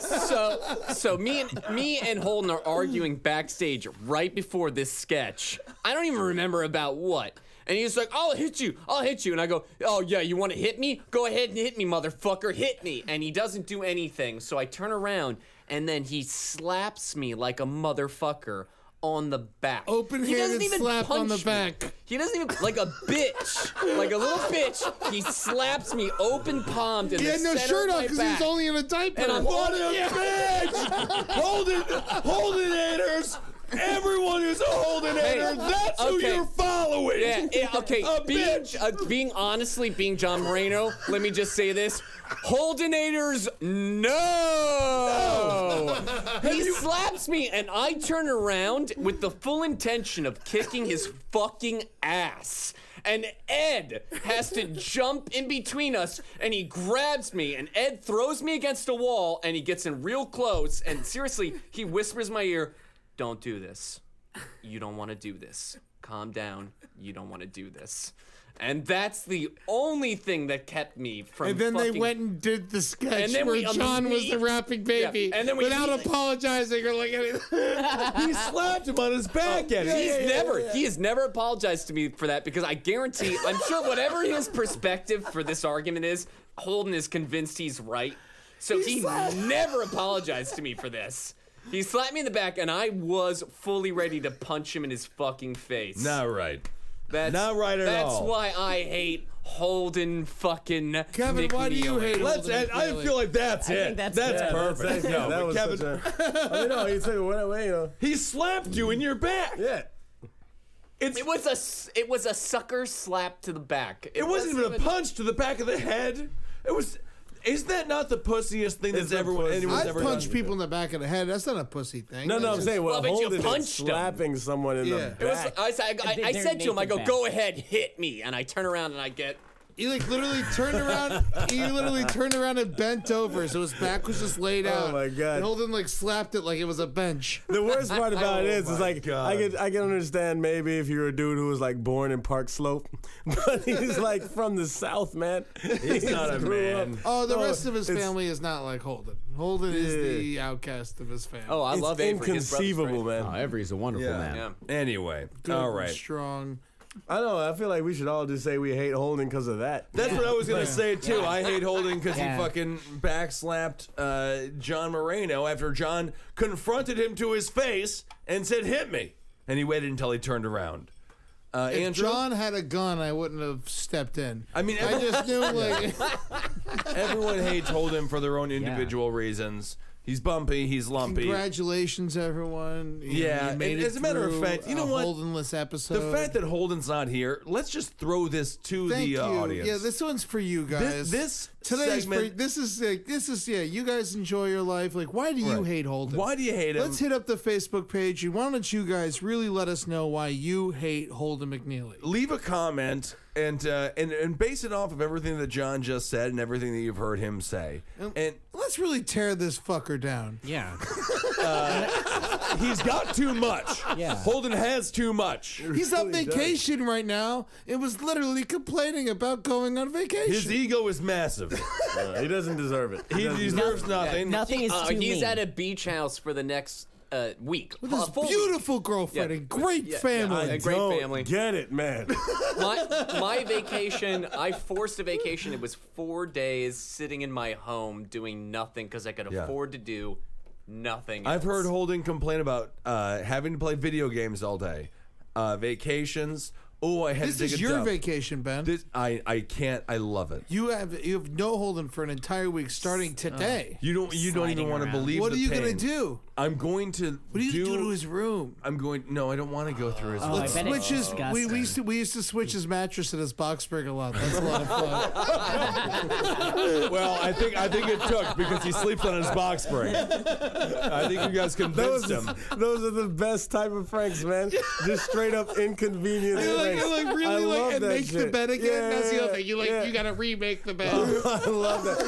S3: so so me and me and Holden are arguing backstage right before this sketch. I don't even remember about what. And he's like, I'll hit you, I'll hit you. And I go, Oh yeah, you wanna hit me? Go ahead and hit me, motherfucker, hit me. And he doesn't do anything, so I turn around and then he slaps me like a motherfucker on the back. he doesn't
S7: Open-handed
S3: even
S7: slap on the
S3: punch me.
S7: back.
S3: He doesn't even like a bitch, like a little bitch. He slaps me open palmed.
S7: He had no shirt on because he was only in a diaper.
S3: And I'm
S8: What
S3: holding-
S8: a bitch! Holden, Holden haters. Everyone who's a Holden hater, that's who
S3: okay.
S8: you're following.
S3: Yeah, yeah, okay.
S8: A
S3: being,
S8: bitch.
S3: uh, being honestly, being John Moreno, let me just say this. Holdenators, no! He slaps me, and I turn around with the full intention of kicking his fucking ass. And Ed has to jump in between us, and he grabs me, and Ed throws me against a wall, and he gets in real close, and seriously, he whispers in my ear, Don't do this you don't want to do this. Calm down. You don't want to do this. And that's the only thing that kept me from.
S7: And then they
S3: fucking-
S7: went and did the sketch
S3: And then
S7: where
S3: we
S7: John was the
S3: immediate-
S7: rapping baby
S3: Yeah, and then we
S7: without
S3: immediately-
S7: apologizing or like anything.
S8: he slapped him on his back.
S7: Oh.
S8: and
S3: He's never. He has never apologized to me for that because I guarantee. I'm sure whatever his perspective for this argument is, Holden is convinced he's right. So he, never apologized to me for this. He slapped me in the back, and I was fully ready to punch him in his fucking face.
S8: Not right.
S3: That's
S8: Not right at
S3: that's
S8: all.
S3: why I hate Holden fucking.
S7: Kevin, why do you
S3: McNeely.
S7: hate
S8: Let's.
S7: Holden
S8: I, I
S7: McNeely?
S8: feel like that's
S9: I
S8: it.
S9: think that's
S8: that's
S9: good.
S8: perfect.
S11: That's-
S8: no,
S11: that
S8: but
S11: was
S8: Kevin,
S11: such a. I mean, no, he took it away. You know.
S8: he slapped you in your back.
S11: Yeah.
S8: It's.
S3: It was a s- it was a sucker slap to the back.
S8: It wasn't even a punch to the back of the head. It was. Is that not the pussiest thing
S11: It's
S8: that's ever
S11: the pussiest.
S8: anyone's
S7: I
S8: ever
S7: punch
S8: done?
S7: people in the back of the head. That's not a pussy thing.
S11: No,
S7: That's
S11: no, I'm
S7: just-
S11: saying well,
S3: Well, but you
S11: holding it,
S3: punched him.
S11: slapping someone in
S7: Yeah.
S11: the
S3: It was,
S11: back.
S3: I, said- I, I, I
S9: They're
S3: said to him, I
S9: naked
S3: go,
S9: back.
S3: go ahead, hit me, and I turn around and I get.
S7: He like literally turned around. he literally turned around and bent over, so his back was just laid
S11: Oh
S7: out.
S11: my God.
S7: And Holden like slapped it like it was a bench.
S11: The worst part about it is,
S8: Oh my
S11: is like
S8: God.
S11: I can I can understand maybe if you're a dude who was like born in Park Slope, but he's like from the South, man. He's
S8: not a
S11: grew
S8: man.
S7: Oh, the
S11: No,
S7: rest of his
S11: it's-
S7: family is not like Holden. Holden is
S11: Yeah.
S7: the outcast of his family.
S3: Oh, I
S11: It's
S3: love Avery. His brother's
S11: inconceivable,
S3: great.
S11: man.
S12: Oh, Every's a wonderful
S8: Yeah.
S12: man.
S3: Yeah.
S8: Anyway,
S7: Good
S8: all
S7: and
S8: right.
S7: strong.
S11: I don't know. I feel like we should all just say we hate Holden because of that.
S8: That's what I was gonna
S11: Like-
S8: say too. I hate Holden because
S11: Yeah.
S8: he fucking backslapped uh, John Moreno after John confronted him to his face and said, "Hit me," and he waited until he turned around. Uh,
S7: if
S8: Andrew,
S7: John had a gun, I wouldn't have stepped in.
S8: I mean,
S7: I just knew like
S8: everyone hates Holden for their own individual reasons. He's bumpy. He's lumpy.
S7: congratulations, everyone. You know,
S8: Yeah,
S7: you made
S8: and
S7: it
S8: as a matter of
S7: through
S8: fact, you know
S7: a
S8: what?
S7: Holdenless episode.
S8: the fact that Holden's not here, let's just throw this to
S7: Thank
S8: the uh,
S7: you.
S8: audience.
S7: Yeah, this one's for you
S8: This-
S7: guys.
S8: this
S7: today's
S8: segment-
S7: for, this is like this is yeah. You guys enjoy your life. Like, why do you
S8: Right.
S7: hate Holden?
S8: Why do you hate him?
S7: Let's hit up the Facebook page. And why don't you guys really let us know why you hate Holden McNeely?
S8: leave a comment and uh, and and base it off of everything that John just said and everything that you've heard him say.
S7: Um,
S8: And
S7: let's really tear this fucker down.
S9: Yeah.
S8: Uh, he's got too much.
S7: Yeah.
S8: Holden has too much.
S7: He's on vacation right now. It was literally complaining about going on vacation.
S8: His ego is massive.
S11: he doesn't deserve it.
S8: He,
S11: doesn't
S8: deserves
S11: deserve it.
S8: nothing.
S9: Oh,
S3: Uh, he's at a beach house for the next uh, week.
S7: With his
S3: A full week.
S7: beautiful girlfriend
S3: Yeah.
S7: and great
S3: Yeah, yeah,
S7: family.
S3: a great
S11: Don't
S3: family.
S11: Oh, Get it, man.
S3: my, my vacation, I forced a vacation. It was four days sitting in my home doing nothing because I could
S8: Yeah.
S3: afford to do nothing.
S8: I've heard Holden complain about uh, having to play video games all day, uh, vacations. Oh, I had
S7: This
S8: to take
S7: is
S8: a
S7: your
S8: dump.
S7: vacation, Ben.
S8: This I I can't. I love it.
S7: you have you have no Holden for an entire week starting today.
S8: You don't. You don't even
S7: Sliding
S8: want to
S7: around.
S8: believe.
S7: What are
S8: the
S7: you
S8: pain.
S7: gonna do?
S8: I'm going to. What
S7: do you do to his Oh, room?
S8: I'm going. No, I don't want to go through his. room.
S7: Let's switch his. We, we, used to, we used to switch his mattress and his box spring a lot. That's a lot of fun.
S8: well, I think I think it took because he sleeps on his box spring. I think you guys convinced
S11: Those-
S8: him.
S11: Those are the best type of pranks, man. Just straight up inconvenience.
S7: You like,
S11: pranks.
S7: you like
S11: I
S7: really
S11: love
S7: like and
S11: that
S7: make the
S11: shit.
S7: bed again.
S11: Yeah,
S7: That's the
S11: yeah,
S7: other thing. You like
S11: yeah.
S7: you gotta remake the bed.
S11: I love that.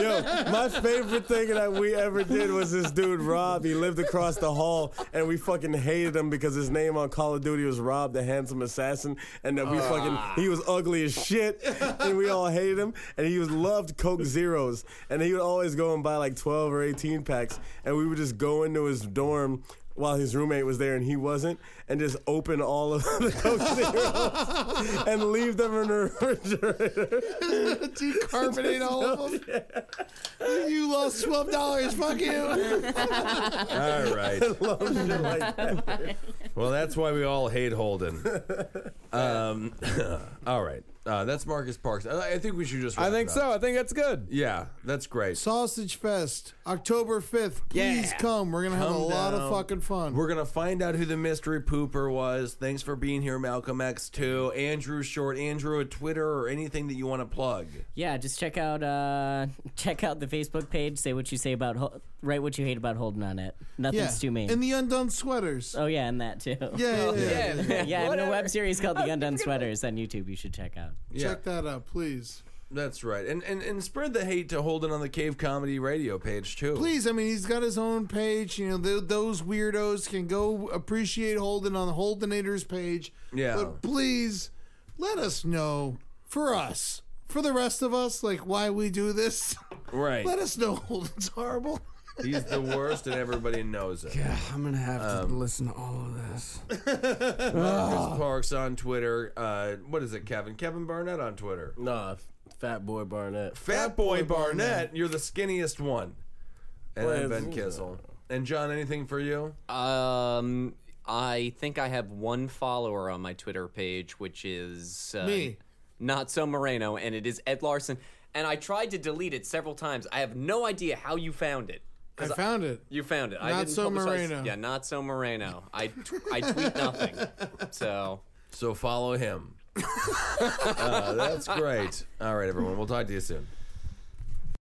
S11: Yo, my favorite thing that we ever did was this dude Rob. He lived across the hall, and we fucking hated him because his name on Call of Duty was Rob the Handsome Assassin, and that we
S6: Ah.
S11: fucking he was ugly as shit, and we all hated him. And he was loved Coke Zeros, and he would always go and buy like twelve or eighteen packs, and we would just go into his dorm. While his roommate was there and he wasn't, and just open all of the Coke Zeros and leave them in the refrigerator.
S7: Decarbonate all of them. You lost twelve dollars. Fuck you.
S8: All right. Well, that's why we all hate Holden. Um, all right. Uh, that's Marcus Parks. I, I think we should just.
S12: I think so. I think that's good.
S8: Yeah, that's great.
S7: Sausage Fest, October fifth. Please come. We're gonna have a
S8: Come
S7: lot of
S8: down.
S7: fucking fun.
S8: We're gonna find out who the mystery pooper was. Thanks for being here, Malcolm X. Too Andrew Short, Andrew at Twitter or anything that you want to plug.
S9: Yeah, just check out uh, check out the Facebook page. Say what you say about Hol- write what you hate about Holden on it. Nothing's
S7: Yeah.
S9: too mean.
S7: And the undone sweaters.
S9: oh yeah, and that too.
S7: yeah, yeah. Uh,
S9: yeah.
S7: yeah.
S9: yeah, I have a
S7: Whatever.
S9: web series called The Undone Sweaters on YouTube. You should check out.
S7: Check that out, please.
S8: That's right, and and and spread the hate to Holden on the Cave Comedy Radio page too.
S7: Please, I mean, he's got his own page. You know, th- those weirdos can go appreciate Holden on the Holdenators page.
S8: Yeah.
S7: But please, let us know for us, for the rest of us, like why we do this.
S8: Right.
S7: Let us know Holden's horrible.
S8: He's the worst, and everybody knows it. Yeah,
S12: I'm gonna have to
S8: Um,
S12: listen to all of this.
S8: Marcus Parks on Twitter. Uh, what is it, Kevin? Kevin Barnett on Twitter.
S11: Nah, Fat Boy Barnett.
S8: Fat Boy Barnett, you're the skinniest one. And
S11: Well,
S8: I'm Ben
S11: it's-
S8: Kissel. And John, anything for you?
S3: Um, I think I have one follower on my Twitter page, which is uh,
S7: Me.
S3: Not so Moreno, and it is Ed Larson. And I tried to delete it several times. I have no idea how you found it.
S7: I
S3: 'Cause
S7: found it.
S3: You found it. I
S7: Not
S3: didn't
S7: So
S3: publicize-
S7: Moreno.
S3: Yeah, not so Moreno. I tw- I tweet nothing. So
S8: So follow him. uh, that's great. All right, everyone. We'll talk to you soon.